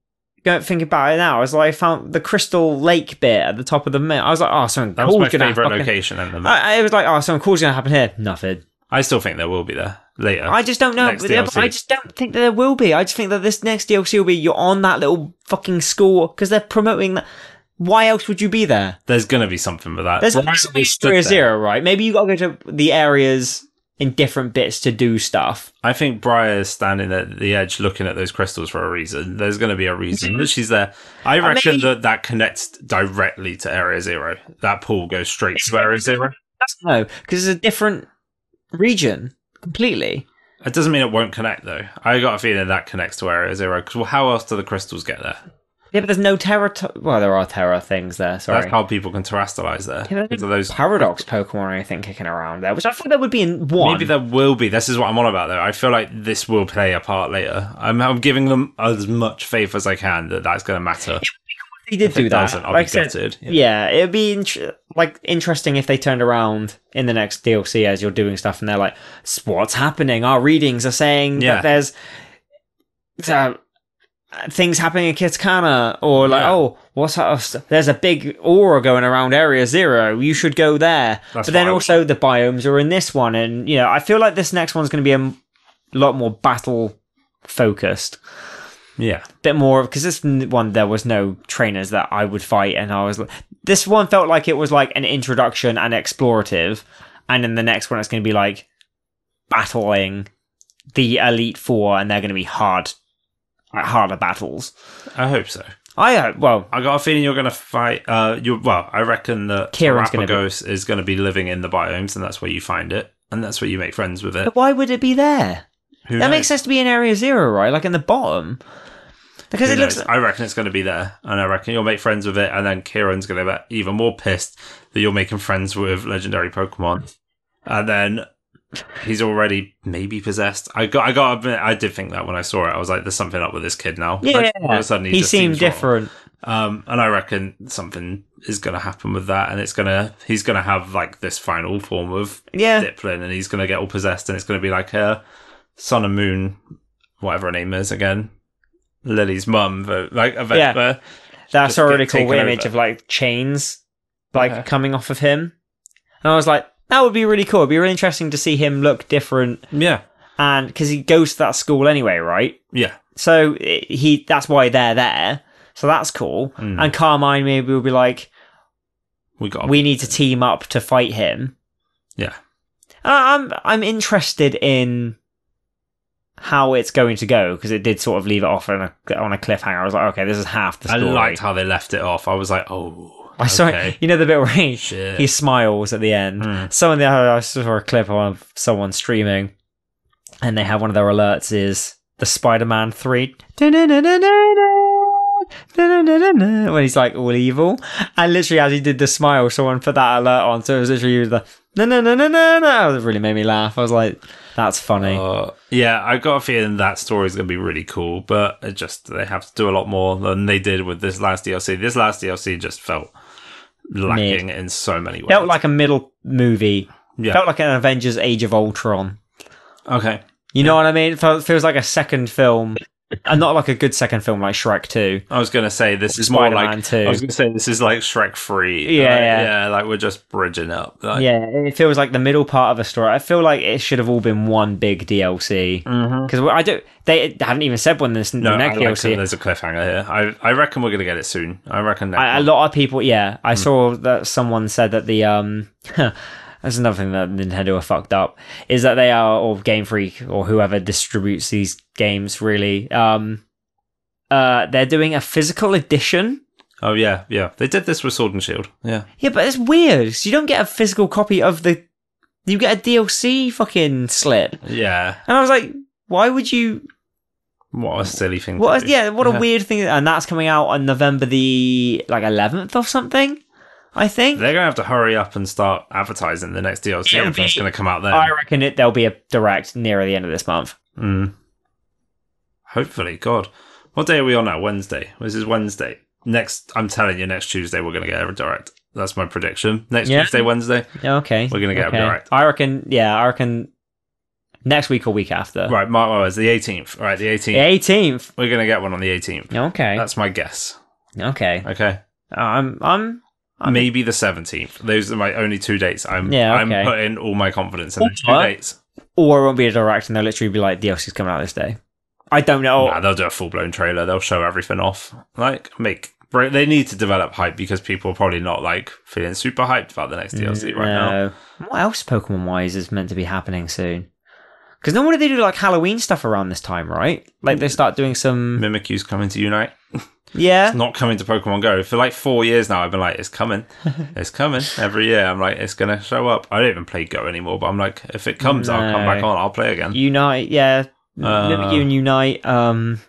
Speaker 1: Don't think about it now. Is like I found the crystal lake bit at the top of the mountain. I was like, oh, something
Speaker 2: That was
Speaker 1: cool's
Speaker 2: my
Speaker 1: gonna
Speaker 2: favorite
Speaker 1: fucking-
Speaker 2: location. And the map.
Speaker 1: I, I was like, oh, something cool's gonna happen here. Nothing.
Speaker 2: I still think there will be there later.
Speaker 1: I just don't know.
Speaker 2: Next
Speaker 1: But yeah, but
Speaker 2: DLC.
Speaker 1: I just don't think that there will be. I just think that this next DLC will be you're on that little fucking school because they're promoting that. Why else would you be there?
Speaker 2: There's gonna be something with that.
Speaker 1: There's
Speaker 2: Right,
Speaker 1: must
Speaker 2: we
Speaker 1: be
Speaker 2: stood
Speaker 1: area
Speaker 2: there.
Speaker 1: zero, right? Maybe you gotta go to the areas in different bits to do stuff.
Speaker 2: I think Briar's standing at the edge looking at those crystals for a reason. There's going to be a reason that she's there. I
Speaker 1: Mm-hmm. mean-
Speaker 2: reckon that that connects directly to Area Zero. That pool goes straight to Area Zero.
Speaker 1: No, because it's a different region completely.
Speaker 2: It doesn't mean it won't connect, though. I got a feeling that connects to Area Zero because well, how else do the crystals get there?
Speaker 1: Yeah, but there's no terror. well, there are terror things there. Sorry,
Speaker 2: That's how people can terastalize there.
Speaker 1: Yeah,
Speaker 2: Because of those.
Speaker 1: paradox Pokemon or anything kicking around there, which I thought there would be in one.
Speaker 2: Maybe there will be. This is what I'm on about, though. I feel like this will play a part later. I'm, I'm giving them as much faith as I can that that's going to matter.
Speaker 1: they did
Speaker 2: If it
Speaker 1: do that.
Speaker 2: doesn't, I'll
Speaker 1: Like I
Speaker 2: be
Speaker 1: said,
Speaker 2: gutted. Yeah.
Speaker 1: yeah, it'd be int- like interesting if they turned around in the next DLC as you're doing stuff, and they're like, "S- "What's happening? Our readings are saying
Speaker 2: Yeah.
Speaker 1: that there's uh, things happening in Kitakana, or like,
Speaker 2: Yeah.
Speaker 1: oh, what's that? oh, s- There's a big aura going around Area Zero. You should go there."
Speaker 2: That's
Speaker 1: but then
Speaker 2: what I-
Speaker 1: also the biomes are in this one, and you know, I feel like this next one's going to be a m- lot more battle focused
Speaker 2: yeah.
Speaker 1: bit more because this n- one there was no trainers that I would fight, and I was l- this one felt like it was like an introduction and explorative, and then the next one it's going to be like battling the elite four, and they're going to be hard, like, harder battles.
Speaker 2: I hope so.
Speaker 1: I uh, well,
Speaker 2: I got a feeling you're going to fight. Uh, you well, I reckon that
Speaker 1: Kieran's gonna be-
Speaker 2: Galapagos is going to be living in the biomes, and that's where you find it, and that's where you make friends with it.
Speaker 1: but why would it be there?
Speaker 2: Who
Speaker 1: that
Speaker 2: knows?
Speaker 1: makes sense to be in Area Zero, right? Like in the bottom, because
Speaker 2: Who
Speaker 1: it looks.
Speaker 2: knows? I reckon it's going to be there, and I reckon you'll make friends with it, and then Kieran's going to be even more pissed that you're making friends with legendary Pokemon, and then he's already maybe possessed. I got, I got, to admit, I did think that when I saw it, I was like, "There's something up with this kid now."
Speaker 1: Yeah,
Speaker 2: Like, all of a sudden he,
Speaker 1: he
Speaker 2: just
Speaker 1: seemed
Speaker 2: seems wrong.
Speaker 1: different.
Speaker 2: Um, and I reckon something is going to happen with that, and it's going to he's going to have like this final form of
Speaker 1: Yeah,
Speaker 2: Diplin, and he's going to get all possessed, and it's going to be like a Sun and Moon, whatever her name is again, Lily's mum, but, like a
Speaker 1: Yeah.
Speaker 2: yeah.
Speaker 1: That's
Speaker 2: just get
Speaker 1: already cool
Speaker 2: taken
Speaker 1: image
Speaker 2: over.
Speaker 1: of like chains like
Speaker 2: Okay.
Speaker 1: coming off of him. And I was like, that would be really cool. It'd be really interesting to see him look different
Speaker 2: yeah,
Speaker 1: and because he goes to that school anyway, right?
Speaker 2: yeah,
Speaker 1: So i- he that's why they're there. So that's cool.
Speaker 2: Mm.
Speaker 1: And Carmine maybe will be like,
Speaker 2: we got
Speaker 1: we need to team up to fight him.
Speaker 2: yeah.
Speaker 1: And I- I'm I'm interested in how it's going to go because it did sort of leave it off on a on a cliffhanger. I was like, okay, this is half the
Speaker 2: I
Speaker 1: story.
Speaker 2: liked how they left it off. I was like, oh,
Speaker 1: I saw
Speaker 2: okay.
Speaker 1: you know the bit where he,
Speaker 2: Shit.
Speaker 1: he smiles at the end.
Speaker 2: Mm.
Speaker 1: Someone the other I saw a clip of someone streaming, and they have one of their alerts is the Spider-Man three. When he's like all evil, and literally as he did the smile, someone put that alert on, so it was literally the no no no no no no. It really made me laugh. I was like, "That's funny."
Speaker 2: Uh, yeah, I got a feeling that story is going to be really cool, but it just they have to do a lot more than they did with this last DLC. This last DLC just felt lacking in so many ways.
Speaker 1: Felt like a middle movie.
Speaker 2: yeah,
Speaker 1: Felt like an Avengers: Age of Ultron.
Speaker 2: okay,
Speaker 1: You know what I mean? It felt- feels like a second film, and not like a good second film like Shrek Two.
Speaker 2: I was going to say this is more
Speaker 1: Spider-Man
Speaker 2: like
Speaker 1: 2.
Speaker 2: I was going to say this is like Shrek Free.
Speaker 1: Yeah,
Speaker 2: like,
Speaker 1: yeah.
Speaker 2: yeah, like we're just bridging up. Like,
Speaker 1: yeah, it feels like the middle part of a story. I feel like it should have all been one big DLC
Speaker 2: mhm.
Speaker 1: because I don't. They haven't even said when this
Speaker 2: No,
Speaker 1: the
Speaker 2: I
Speaker 1: next
Speaker 2: like that
Speaker 1: DLC.
Speaker 2: there's a cliffhanger here. I I reckon we're going to get it soon. I reckon next
Speaker 1: I, a
Speaker 2: month.
Speaker 1: lot of people, yeah,
Speaker 2: Mm.
Speaker 1: I saw that someone said that the um. That's another thing that Nintendo are fucked up is that they are or Game Freak or whoever distributes these games really. Um, uh, they're doing a physical edition
Speaker 2: oh yeah, yeah. They did this with Sword and Shield. Yeah,
Speaker 1: Yeah, but it's weird. 'cause you don't get a physical copy of the. You get a DLC fucking slip,
Speaker 2: yeah.
Speaker 1: and I was like, why would you?
Speaker 2: What a silly thing.
Speaker 1: What?
Speaker 2: to
Speaker 1: A,
Speaker 2: do.
Speaker 1: yeah, what a weird thing. And that's coming out on November the like eleventh or something. I think.
Speaker 2: They're gonna have to hurry up and start advertising the next DLC.
Speaker 1: It'll
Speaker 2: Everything's
Speaker 1: be-
Speaker 2: gonna come out then.
Speaker 1: I reckon it. There'll be a direct nearer the end of this month.
Speaker 2: Mm. Hopefully, God. What day are we on now? Wednesday. This is Wednesday. Next, I'm telling you, next Tuesday we're gonna get a direct. That's my prediction. Next
Speaker 1: Yeah.
Speaker 2: Tuesday, Wednesday,
Speaker 1: Okay.
Speaker 2: we're gonna get
Speaker 1: okay.
Speaker 2: a direct.
Speaker 1: I reckon. Yeah, I reckon. Next week or week after.
Speaker 2: Right, mark my words. The 18th. All right, the 18th.
Speaker 1: The eighteenth.
Speaker 2: We're gonna get one on the 18th.
Speaker 1: Okay.
Speaker 2: That's my guess.
Speaker 1: okay.
Speaker 2: Okay.
Speaker 1: I'm. I'm. I'm-
Speaker 2: Maybe the 17th. Those are my only two dates. I'm
Speaker 1: Yeah,
Speaker 2: I'm
Speaker 1: okay.
Speaker 2: putting all my confidence in those two
Speaker 1: What?
Speaker 2: dates.
Speaker 1: Or it won't be a direct, and they'll literally be like, DLC's coming out this day. I don't know.
Speaker 2: Nah, they'll do a full blown trailer. They'll show everything off. Like make br- they need to develop hype because people are probably not like feeling super hyped about the next DLC right now.
Speaker 1: no. What else Pokemon wise is meant to be happening soon? Because normally they do like Halloween stuff around this time, right? Like they start doing some.
Speaker 2: Mimikyu's coming to Unite.
Speaker 1: Yeah.
Speaker 2: It's not coming to Pokemon Go. For like four years now, I've been like, it's coming. It's coming. Every year, I'm like, it's going to show up. I don't even play Go anymore, but I'm like, if it comes, I'll come
Speaker 1: No.
Speaker 2: back on. I'll play again.
Speaker 1: Unite, yeah.
Speaker 2: Uh,
Speaker 1: Mimikyu and Unite. Um,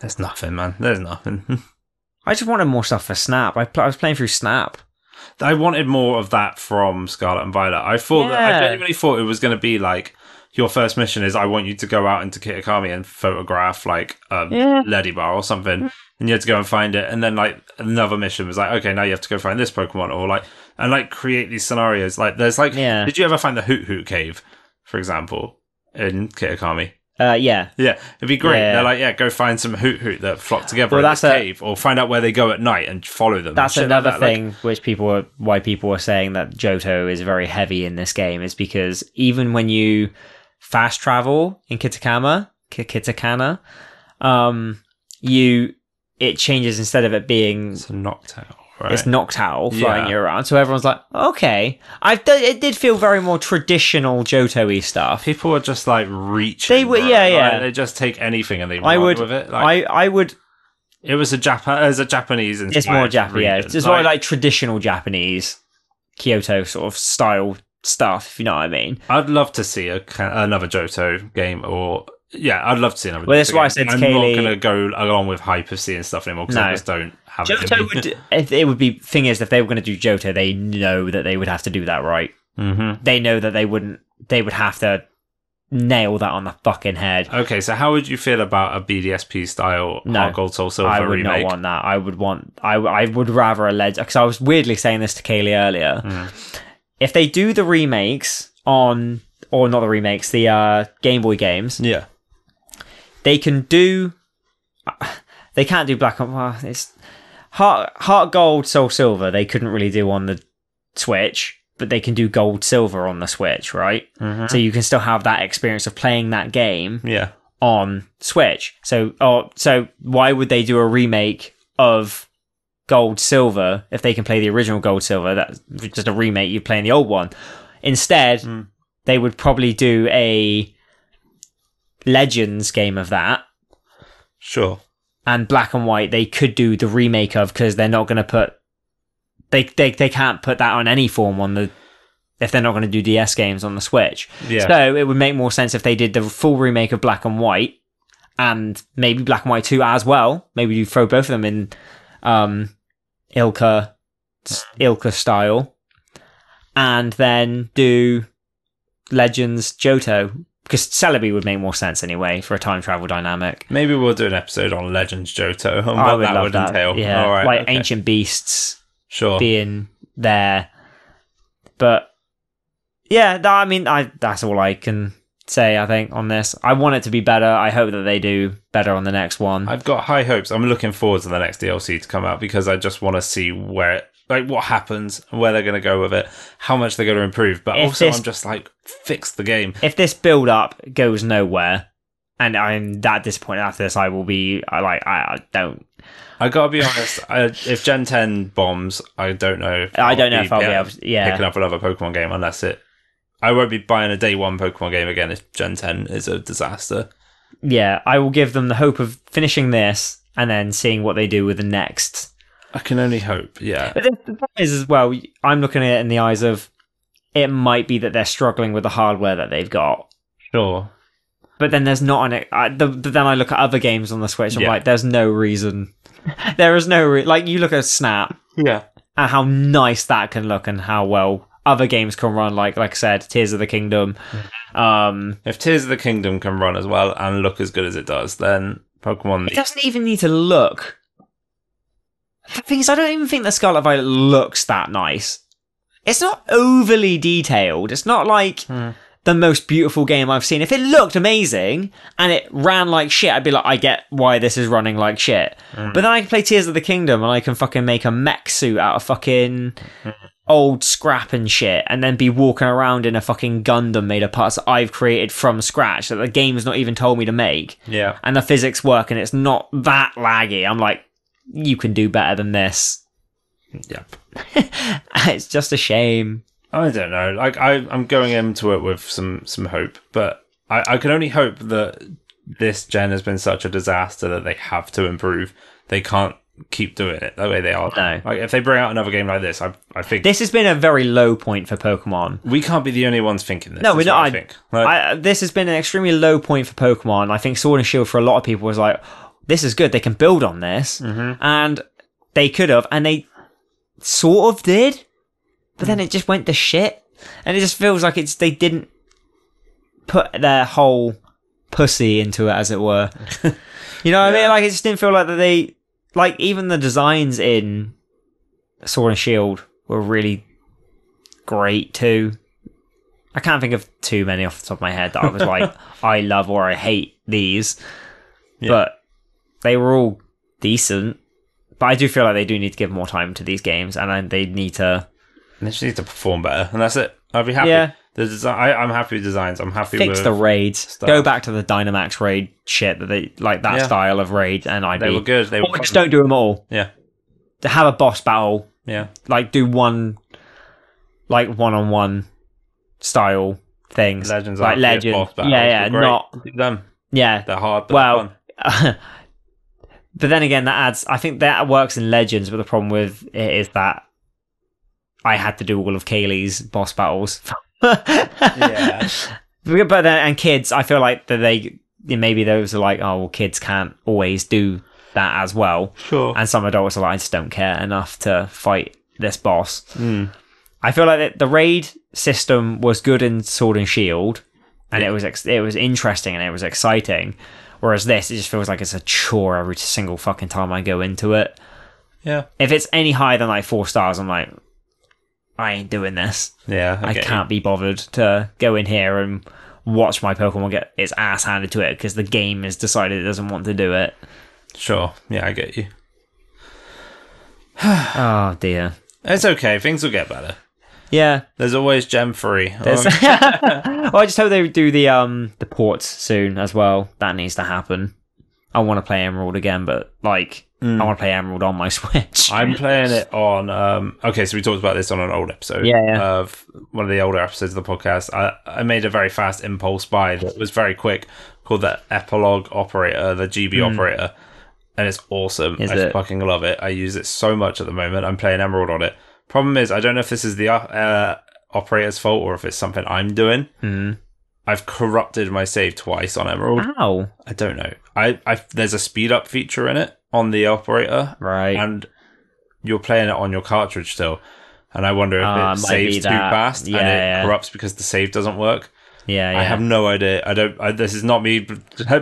Speaker 2: There's nothing, man. There's nothing.
Speaker 1: I just wanted more stuff for Snap. I, pl- I was playing through Snap.
Speaker 2: I wanted more of that from Scarlet and Violet. I thought that I
Speaker 1: Yeah.
Speaker 2: genuinely thought it was going to be like your first mission is I want you to go out into Kitakami and photograph like a
Speaker 1: Yeah. Mm.
Speaker 2: lady bar or something, and you had to go and find it. And then like another mission was like, okay, now you have to go find this Pokemon or like and like create these scenarios. Like there's like,
Speaker 1: Yeah.
Speaker 2: did you ever find the Hoot Hoot Cave, for example, in Kitakami?
Speaker 1: Uh, yeah.
Speaker 2: Yeah, it'd be great.
Speaker 1: Yeah.
Speaker 2: They're like, yeah, go find some Hoot Hoot that flock together
Speaker 1: Well,
Speaker 2: in
Speaker 1: that's
Speaker 2: this
Speaker 1: a-
Speaker 2: cave, or find out where they go at night and follow them.
Speaker 1: That's
Speaker 2: Shit like
Speaker 1: another
Speaker 2: that. Like,
Speaker 1: thing which people are why people are saying that Johto is very heavy in this game is because even when you fast travel in Kitakama, Ki- Kitakana, um, you it changes instead of it being
Speaker 2: It's a Noctowl, right?
Speaker 1: it's Noctowl flying
Speaker 2: Yeah.
Speaker 1: you around. So everyone's like, okay, I've done, it did feel very more traditional Johto-y stuff.
Speaker 2: People are just like reaching.
Speaker 1: They were-
Speaker 2: bro.
Speaker 1: yeah,
Speaker 2: Like,
Speaker 1: yeah.
Speaker 2: they just take anything and they
Speaker 1: I
Speaker 2: run
Speaker 1: would-
Speaker 2: with it. Like,
Speaker 1: I I would
Speaker 2: it was a Japan, as a Japanese.
Speaker 1: it's more Japanese. Yeah, it's
Speaker 2: like,
Speaker 1: more like traditional Japanese Kyoto sort of style stuff. If you know what I mean.
Speaker 2: I'd love to see a, ca- another Johto game, or yeah, I'd love to see another.
Speaker 1: Well, that's
Speaker 2: Johto
Speaker 1: why I
Speaker 2: game.
Speaker 1: said to
Speaker 2: I'm
Speaker 1: Kaylee-
Speaker 2: not going to go along with hype of seeing stuff anymore because I
Speaker 1: No.
Speaker 2: just don't have it.
Speaker 1: Johto would if it would be thing is if they were going to do Johto, they know that they would have to do that right.
Speaker 2: mm-hmm.
Speaker 1: They know that they wouldn't. They would have to nail that on the fucking head.
Speaker 2: Okay, so how would you feel about a BDSP style
Speaker 1: No.
Speaker 2: Heart Gold Soul Silver
Speaker 1: I would
Speaker 2: remake?
Speaker 1: not want that. I would want. I I would rather a legend because I was weirdly saying this to Kaylee earlier.
Speaker 2: Hmm.
Speaker 1: If they do the remakes on or not the remakes, the uh, Game Boy games,
Speaker 2: Yeah,
Speaker 1: they can do they can't do black and well, it's heart heart gold soul silver they couldn't really do on the switch but they can do gold silver on the switch right so you can still have that experience of playing that game
Speaker 2: yeah.
Speaker 1: on switch so oh so why would they do a remake of gold silver if they can play the original gold silver that's just a remake you play in the old one instead
Speaker 2: Mm.
Speaker 1: they would probably do a legends game of that
Speaker 2: Sure.
Speaker 1: and black and white they could do the remake of because they're not going to put they, they they can't put that on any form on the if they're not going to do DS games on the Switch.
Speaker 2: Yeah.
Speaker 1: So it would make more sense if they did the full remake of Black and White and maybe Black and White 2 as well. Maybe you throw both of them in um Ilka Ilka style and then do Legends Johto because Celebi would make more sense anyway for a time travel dynamic.
Speaker 2: Maybe we'll do an episode on Legends Johto and what
Speaker 1: I would
Speaker 2: that
Speaker 1: love
Speaker 2: would
Speaker 1: that.
Speaker 2: entail.
Speaker 1: Yeah,
Speaker 2: All right,
Speaker 1: like
Speaker 2: okay.
Speaker 1: ancient beasts
Speaker 2: Sure.
Speaker 1: being there. But yeah, that, I mean, I that's all I can say. I think on this, I want it to be better. I hope that they do better on the next one.
Speaker 2: I've got high hopes. I'm looking forward to the next DLC to come out because I just want to see where, like, what happens and where they're going to go with it, how much they're going to improve. But
Speaker 1: If
Speaker 2: also,
Speaker 1: this-
Speaker 2: I'm just like, fix the game.
Speaker 1: if this build up goes nowhere, and I'm that disappointed after this, I will be I like I, I don't
Speaker 2: I gotta be honest. I, if Gen 10 bombs, I don't know. If
Speaker 1: I don't know if I'll be
Speaker 2: yeah,
Speaker 1: able. To, yeah,
Speaker 2: picking up another Pokemon game unless it. I won't be buying a day one Pokemon game again if Gen 10 is a disaster.
Speaker 1: yeah. I will give them the hope of finishing this and then seeing what they do with the next
Speaker 2: I can only hope. Yeah.
Speaker 1: But the the problem is as well, I'm looking at it in the eyes of it might be that they're struggling with the hardware that they've got.
Speaker 2: Sure.
Speaker 1: But then there's not an. I, the, but then I look at other games on the Switch. I'm
Speaker 2: Yeah.
Speaker 1: like, there's no reason. there is no re- like you look at Snap
Speaker 2: Yeah.
Speaker 1: and how nice that can look and how well other games can run. Like like I said, Tears of the Kingdom. Um,
Speaker 2: If Tears of the Kingdom can run as well and look as good as it does, then Pokemon.
Speaker 1: it doesn't even need to look. The thing is, I don't even think that Scarlet Violet looks that nice. It's not overly detailed. It's not like
Speaker 2: Hmm.
Speaker 1: the most beautiful game I've seen. If it looked amazing and it ran like shit, I'd be like, I get why this is running like shit. But then I can play Tears of the Kingdom and I can fucking make a mech suit out of fucking old scrap and shit and then be walking around in a fucking Gundam made of parts that I've created from scratch that the game's not even told me to make
Speaker 2: Yeah.
Speaker 1: and the physics work and it's not that laggy. I'm like, you can do better than this.
Speaker 2: Yep.
Speaker 1: it's just a shame.
Speaker 2: I don't know. Like I, I'm going into it with some some hope, but I, I can only hope that this gen has been such a disaster that they have to improve. They can't keep doing it the way they are.
Speaker 1: No.
Speaker 2: Like if they bring out another game like this, I I think
Speaker 1: This has been a very low point for Pokemon.
Speaker 2: we can't be the only ones thinking this.
Speaker 1: No, we're
Speaker 2: is what
Speaker 1: not.
Speaker 2: I think. Like,
Speaker 1: I, this has been an extremely low point for Pokemon. I think Sword and Shield for a lot of people was like, this is good. They can build on this,
Speaker 2: Mhm.
Speaker 1: and they could have, and they sort of did, but then it just went to shit, and it just feels like it's they didn't put their whole pussy into it, as it were. you know what I
Speaker 2: Yeah.
Speaker 1: mean? Like it just didn't feel like that they like even the designs in Sword and Shield were really great too. I can't think of too many off the top of my head that I was like, I love or I hate these.
Speaker 2: Yeah.
Speaker 1: But they were all decent. But I do feel like they do need to give more time to these games and I- they need to
Speaker 2: they just need to perform better, and that's it. I'll be happy.
Speaker 1: Yeah.
Speaker 2: The design, I, I'm happy with designs. I'm happy
Speaker 1: fix
Speaker 2: with
Speaker 1: the raids.
Speaker 2: stuff.
Speaker 1: Go back to the Dynamax raid shit that they like that
Speaker 2: Yeah.
Speaker 1: style of raid and I'd
Speaker 2: they
Speaker 1: be
Speaker 2: were good. They were
Speaker 1: or just
Speaker 2: fun.
Speaker 1: don't do them all.
Speaker 2: Yeah,
Speaker 1: To have a boss battle
Speaker 2: yeah.
Speaker 1: like do one like one on one style things.
Speaker 2: Legends
Speaker 1: like
Speaker 2: are
Speaker 1: legend.
Speaker 2: Boss
Speaker 1: Yeah,
Speaker 2: battles
Speaker 1: yeah,
Speaker 2: were great.
Speaker 1: not
Speaker 2: them.
Speaker 1: yeah.
Speaker 2: They're hard. But
Speaker 1: Well,
Speaker 2: they're fun.
Speaker 1: but then again that adds I think that works in legends, but the problem with it is that I had to do all of Kaylee's boss battles.
Speaker 2: Yeah.
Speaker 1: But then and kids, I feel like that they maybe those are like, oh well kids can't always do that as well.
Speaker 2: sure.
Speaker 1: And some adults are like, I just don't care enough to fight this boss.
Speaker 2: Mm.
Speaker 1: I feel like that the raid system was good in Sword and Shield, and it was ex- it was interesting and it was exciting. Whereas this, it just feels like it's a chore every single fucking time I go into it.
Speaker 2: Yeah,
Speaker 1: If it's any higher than like four stars, I'm like, I ain't doing this.
Speaker 2: yeah.
Speaker 1: I
Speaker 2: get you.
Speaker 1: can't be bothered to go in here and watch my Pokemon get its ass handed to it because the game has decided it doesn't want to do it.
Speaker 2: Sure. Yeah, I get you.
Speaker 1: Oh dear.
Speaker 2: It's okay. Things will get better.
Speaker 1: Yeah.
Speaker 2: There's always Oh, gem free.
Speaker 1: There's- well, I just hope they do the um the ports soon as well. That needs to happen. I want to play Emerald again, but like I want to play Emerald on my Switch.
Speaker 2: Mm. I'm playing it on. Um, okay, so we talked about this on an old episode.
Speaker 1: Yeah, yeah.
Speaker 2: Of one of the older episodes of the podcast. I, I made a very fast impulse buy that was very quick called the Epilogue Operator, the GB Operator. And it's awesome.
Speaker 1: Hmm. Is
Speaker 2: I
Speaker 1: it?
Speaker 2: fucking love it. I use it so much at the moment. I'm playing Emerald on it. Problem is, I don't know if this is the uh, uh, operator's fault or if it's something I'm doing.
Speaker 1: Hmm. Ah.
Speaker 2: I've corrupted my save twice on Emerald.
Speaker 1: Ow!
Speaker 2: I don't know. I, I there's a speed up feature in it on the operator,
Speaker 1: Right.
Speaker 2: and you're playing it on your cartridge still. And I wonder if
Speaker 1: Ah,
Speaker 2: it
Speaker 1: it might
Speaker 2: saves
Speaker 1: be
Speaker 2: too
Speaker 1: that.
Speaker 2: fast and
Speaker 1: Yeah,
Speaker 2: it
Speaker 1: yeah.
Speaker 2: corrupts because the save doesn't work.
Speaker 1: yeah, yeah.
Speaker 2: I have no idea. I don't. I, this is not me b-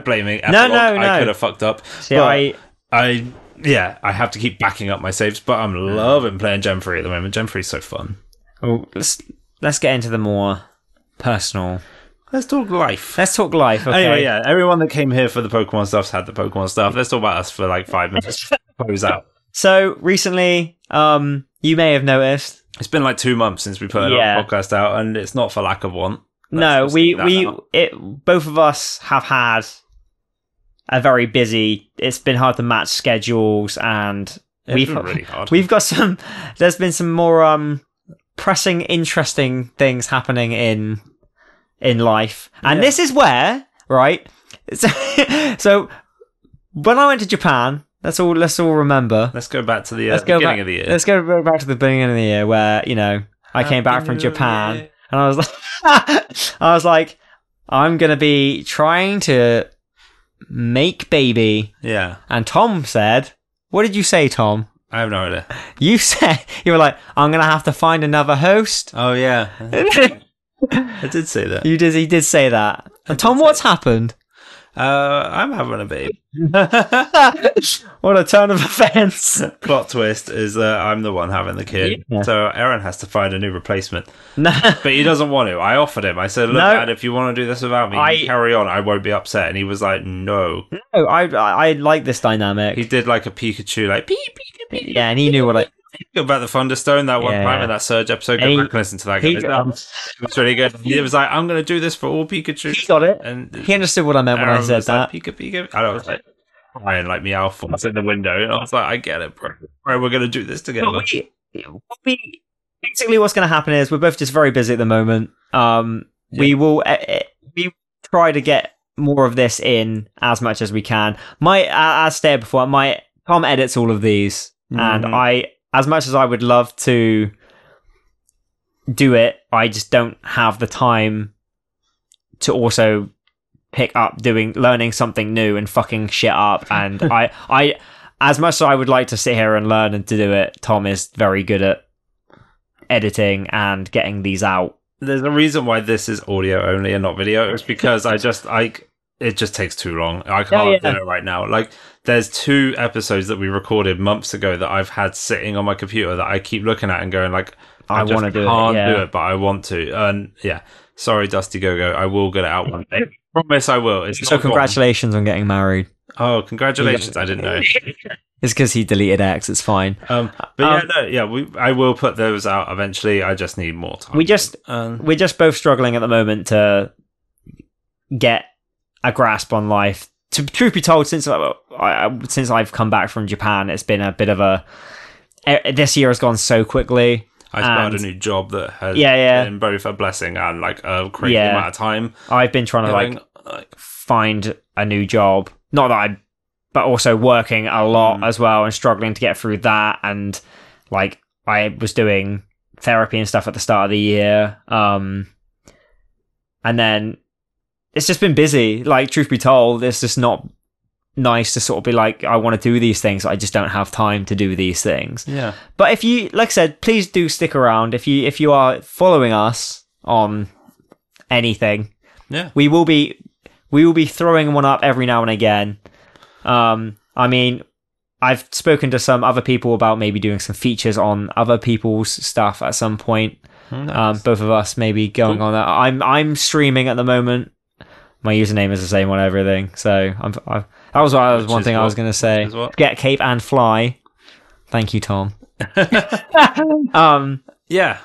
Speaker 2: blaming.
Speaker 1: No,
Speaker 2: Epilogue.
Speaker 1: no,
Speaker 2: I
Speaker 1: no.
Speaker 2: could have fucked up.
Speaker 1: See,
Speaker 2: but
Speaker 1: I
Speaker 2: I yeah. I have to keep backing up my saves, but I'm loving playing Gen Three at the moment. Gen Three's so fun.
Speaker 1: well, oh, let's let's get into the more personal.
Speaker 2: Let's talk life.
Speaker 1: Let's talk life. Okay.
Speaker 2: Anyway, Oh, yeah, everyone that came here for the Pokemon stuff's had the Pokemon stuff. Let's talk about us for like five minutes. Close out.
Speaker 1: So recently, um, you may have noticed
Speaker 2: It's been like two months since we put our
Speaker 1: Yeah.
Speaker 2: podcast out, and it's not for lack of want. Let's
Speaker 1: no,
Speaker 2: just
Speaker 1: we
Speaker 2: get that
Speaker 1: we
Speaker 2: out.
Speaker 1: it both of us have had a very busy. It's been hard to match schedules, and
Speaker 2: It's
Speaker 1: we've
Speaker 2: been really hard.
Speaker 1: we've got some. There's been some more um pressing, interesting things happening in in life, and
Speaker 2: Yeah.
Speaker 1: this is where right. So, so when I went to Japan, that's all. Let's all remember.
Speaker 2: Let's go back to the uh,
Speaker 1: Let's go
Speaker 2: beginning
Speaker 1: back-
Speaker 2: of the year.
Speaker 1: Let's go back to the beginning of the year where you know I came back
Speaker 2: Happy
Speaker 1: from
Speaker 2: New
Speaker 1: Japan
Speaker 2: Year.
Speaker 1: and I was like, I was like, I'm gonna be trying to make baby.
Speaker 2: Yeah,
Speaker 1: And Tom said, "What did you say, Tom?
Speaker 2: I have no idea.
Speaker 1: You said you were like, I'm gonna have to find another host."
Speaker 2: Oh yeah,
Speaker 1: you
Speaker 2: I did say that.
Speaker 1: did. He did say that. And Tom, what's happened?
Speaker 2: Uh, I'm having a baby.
Speaker 1: what a turn of events!
Speaker 2: Plot twist is that I'm the one having the kid,
Speaker 1: Yeah.
Speaker 2: so Aaron has to find a new replacement.
Speaker 1: no,
Speaker 2: But he doesn't want to. I offered him. I said, "Look,
Speaker 1: No.
Speaker 2: Dad, if you want to do this without me, you
Speaker 1: I-
Speaker 2: carry on. I won't be upset." And he was like, "No."
Speaker 1: no, Oh, I, I I like this dynamic.
Speaker 2: He did like a Pikachu, like pee pee pee.
Speaker 1: yeah, and he knew what I
Speaker 2: about the Thunderstone that one
Speaker 1: Yeah.
Speaker 2: time in that Surge episode. Go
Speaker 1: He-
Speaker 2: back and listen to that.
Speaker 1: he-
Speaker 2: guys. That was- it was really good. He was like, "I'm going to do this for all Pikachu,"
Speaker 1: he got it.
Speaker 2: and
Speaker 1: He understood what I meant when I
Speaker 2: Aaron
Speaker 1: said
Speaker 2: was like,
Speaker 1: that.
Speaker 2: "Pika Pika." And I was like, crying like me Alphonse in the window. And I was like, I get it, bro. Bro, we're gonna do this together.
Speaker 1: But we, we- basically, what's going to happen is we're both just very busy at the moment. Um, We will uh, uh, we try to get more of this in as much as we can. My uh, as stated before, my Tom edits all of these, and
Speaker 2: Mhm.
Speaker 1: I, as much as I would love to do it, I just don't have the time to also pick up doing learning something new and fucking shit up and i i as much as i would like to sit here and learn and to do it tom is very good at editing and getting these out
Speaker 2: there's a reason why this is audio only and not video. It's because I just I it just takes too long. I can't
Speaker 1: yeah.
Speaker 2: do it right now. Like there's two episodes that we recorded months ago that I've had sitting on my computer that I keep looking at and going like
Speaker 1: i,
Speaker 2: just
Speaker 1: want to do
Speaker 2: can't
Speaker 1: it yeah.
Speaker 2: do it, but I want to. And yeah, sorry, Dusty Gogo, I will get it out one day. Promise I will. It's
Speaker 1: so
Speaker 2: not gone.
Speaker 1: congratulations on getting married
Speaker 2: Oh, congratulations! I didn't know.
Speaker 1: it's because he deleted x it's fine
Speaker 2: Um, but yeah,
Speaker 1: Um,
Speaker 2: no, yeah, we I will put those out eventually. I just need more time.
Speaker 1: we just
Speaker 2: um,
Speaker 1: we're just both struggling at the moment to get a grasp on life. To truth be told, since I, I, since I've come back from Japan, it's been a bit of a. eh, This year has gone so quickly.
Speaker 2: I started
Speaker 1: and-
Speaker 2: a new job that has
Speaker 1: Yeah, yeah.
Speaker 2: been both a blessing and like a crazy
Speaker 1: Yeah.
Speaker 2: amount of time.
Speaker 1: I've been trying to like
Speaker 2: Going, like,
Speaker 1: find a new job. Not that I, but also working a lot
Speaker 2: Mm.
Speaker 1: as well and struggling to get through that. And like I was doing therapy and stuff at the start of the year. Um, and then it's just been busy. Like, truth be told, it's just not nice to sort of be like, I want to do these things. I just don't have time to do these things.
Speaker 2: yeah,
Speaker 1: But if you, like I said, please do stick around. If you, if you are following us on anything,
Speaker 2: yeah.
Speaker 1: we will be we will be throwing one up every now and again. Um, I mean, I've spoken to some other people about maybe doing some features on other people's stuff at some point.
Speaker 2: Hmm,
Speaker 1: Um, both of us maybe going on that. I'm I'm streaming at the moment. My username is the same on everything, so I'm. i that was, what I was
Speaker 2: Which
Speaker 1: one
Speaker 2: is
Speaker 1: thing I
Speaker 2: what?
Speaker 1: was going to say.
Speaker 2: is what?
Speaker 1: Get cape and fly. Thank you, Tom. um,
Speaker 2: yeah.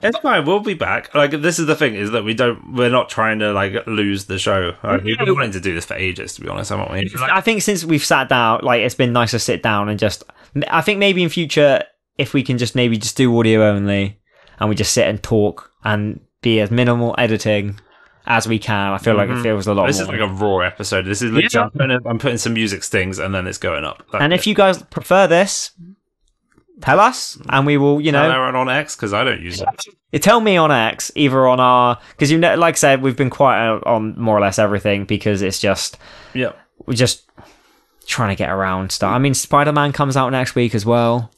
Speaker 2: It's fine. We'll be back. Like this is the thing is that we don't. We're not trying to like lose the show. Like, we've been wanting to do this for ages, to be honest. Haven't we? Like,
Speaker 1: I think since we've sat down, like it's been nice to sit down and just. I think maybe in future, if we can just maybe just do audio only, and we just sit and talk and be as minimal editing as we can. I feel like it
Speaker 2: Mhm.
Speaker 1: feels a lot
Speaker 2: this
Speaker 1: more.
Speaker 2: is like a raw episode. This is literally
Speaker 1: Yeah.
Speaker 2: I'm, putting, I'm putting some music stings and then it's going up. That's
Speaker 1: and
Speaker 2: it.
Speaker 1: if you guys prefer this, tell us, and we will. You know,
Speaker 2: Hello, and on X because I don't use it.
Speaker 1: You tell me on X, either on our because you know, like I said, we've been quiet on more or less everything because it's just
Speaker 2: Yeah.
Speaker 1: we're just trying to get around stuff. I mean, Spider Man comes out next week as well.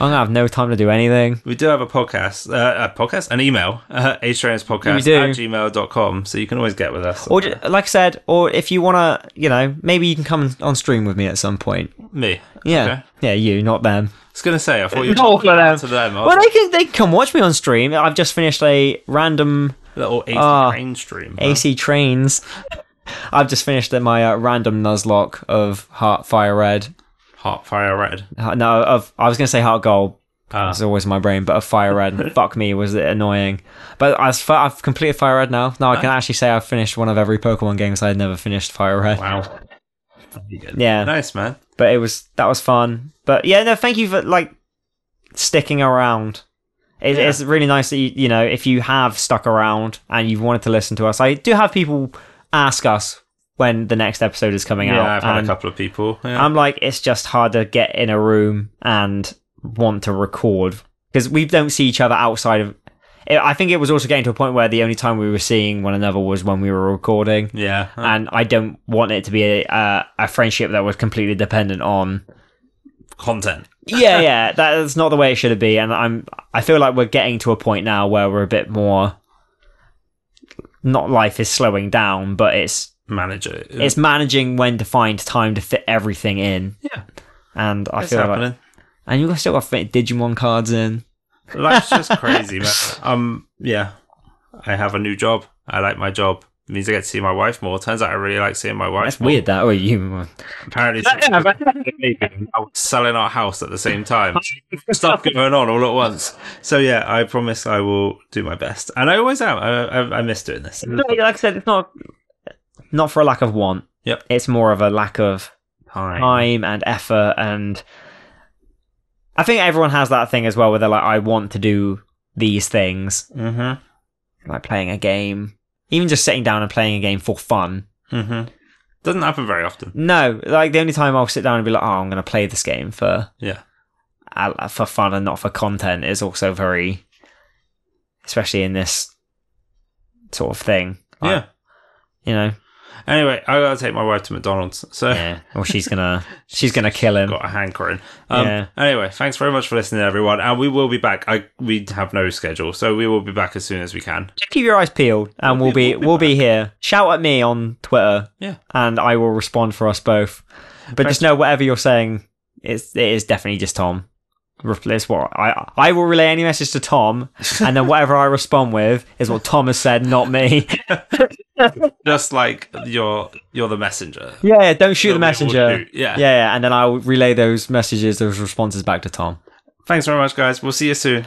Speaker 1: I'm gonna have no time to do anything.
Speaker 2: We do have a podcast, uh, a podcast, an email, uh,
Speaker 1: We
Speaker 2: podcast
Speaker 1: do.
Speaker 2: at gmail.com. So you can always get with us.
Speaker 1: Or ju- like I said, or if you wanna, you know, maybe you can come on stream with me at some point.
Speaker 2: Me.
Speaker 1: Yeah, yeah, you, not them.
Speaker 2: I was going to say, I thought you
Speaker 1: No,
Speaker 2: were
Speaker 1: for them.
Speaker 2: to them. I
Speaker 1: Well,
Speaker 2: was
Speaker 1: they can they can come watch me on stream. I've just finished a random
Speaker 2: a little AC
Speaker 1: Ah.
Speaker 2: train stream.
Speaker 1: AC trains. I've just finished my uh, random nuzlocke of Heart Fire Red.
Speaker 2: Hot fire red.
Speaker 1: Uh, No, of I was gonna say Heart Gold.
Speaker 2: Ah.
Speaker 1: It's always in my brain, but a Fire Red. and fuck me, was it annoying? But I've, fi- I've completed Fire Red now. Now I can actually say I've finished one of every Pokemon games I'd never finished Fire Red.
Speaker 2: Wow. Very good.
Speaker 1: Yeah,
Speaker 2: Nice, man.
Speaker 1: but it was that was fun. But yeah, no, thank you for like sticking around. It,
Speaker 2: Yeah.
Speaker 1: It's really nice that you you know if you have stuck around and you've wanted to listen to us. I do have people ask us when the next episode is coming
Speaker 2: Yeah,
Speaker 1: out.
Speaker 2: I've had
Speaker 1: and-
Speaker 2: a couple of people. Yeah.
Speaker 1: I'm like, it's just hard to get in a room and want to record because we don't see each other outside of. I I think it was also getting to a point where the only time we were seeing one another was when we were recording,
Speaker 2: yeah.
Speaker 1: and I don't want it to be a a, a friendship that was completely dependent on.
Speaker 2: Content.
Speaker 1: Yeah, yeah, that's not the way it should be, and I'm. I feel like we're getting to a point now where we're a bit more. Not life is slowing down, but it's
Speaker 2: Manager.
Speaker 1: it's managing when to find time to fit everything in,
Speaker 2: yeah.
Speaker 1: and I
Speaker 2: It's
Speaker 1: feel like
Speaker 2: happening.
Speaker 1: and you've still got to fit Digimon cards in.
Speaker 2: Life's just crazy, man. Um, yeah. I have a new job. I like my job. It means I get to see my wife more. Turns out I really like seeing my wife.
Speaker 1: That's
Speaker 2: more.
Speaker 1: weird. That or you?
Speaker 2: Apparently, I was selling our house at the same time. Stuff going on all at once. So yeah, I promise I will do my best, and I always am. I, I, I miss doing this.
Speaker 1: like I said, it's not not for a lack of want.
Speaker 2: Yep.
Speaker 1: It's more of a lack of
Speaker 2: Time.
Speaker 1: time and effort and I think everyone has that thing as well where they're like, I want to do these things.
Speaker 2: Mm-hmm.
Speaker 1: Like playing a game. Even just sitting down and playing a game for fun.
Speaker 2: Mm-hmm. Doesn't happen very often.
Speaker 1: No, like the only time I'll sit down and be like, Oh, I'm gonna play this game for
Speaker 2: Yeah.
Speaker 1: uh, for fun and not for content is also very especially in this sort of thing. Like,
Speaker 2: yeah.
Speaker 1: You know?
Speaker 2: Anyway, I gotta take my wife to McDonald's. So
Speaker 1: Yeah. Or she's gonna she's gonna kill him.
Speaker 2: got a hankering. Um,
Speaker 1: Yeah.
Speaker 2: Anyway, thanks very much for listening, everyone. And we will be back. I we have no schedule, so we will be back as soon as we can.
Speaker 1: Just keep your eyes peeled and we'll,
Speaker 2: We'll be-
Speaker 1: be, we'll be here. Shout at me on Twitter.
Speaker 2: Yeah.
Speaker 1: And I will respond for us both. But just know whatever you're saying, it's it is definitely just Tom. Replace what I I will relay any message to Tom and then whatever I respond with is what Tom has said, not me.
Speaker 2: Just like you're you're the messenger.
Speaker 1: yeah, yeah, don't shoot
Speaker 2: That we all
Speaker 1: the messenger.
Speaker 2: shoot,
Speaker 1: Yeah.
Speaker 2: Yeah.
Speaker 1: yeah, and then I'll relay those messages, those responses back to Tom.
Speaker 2: Thanks very much, guys. We'll see you soon.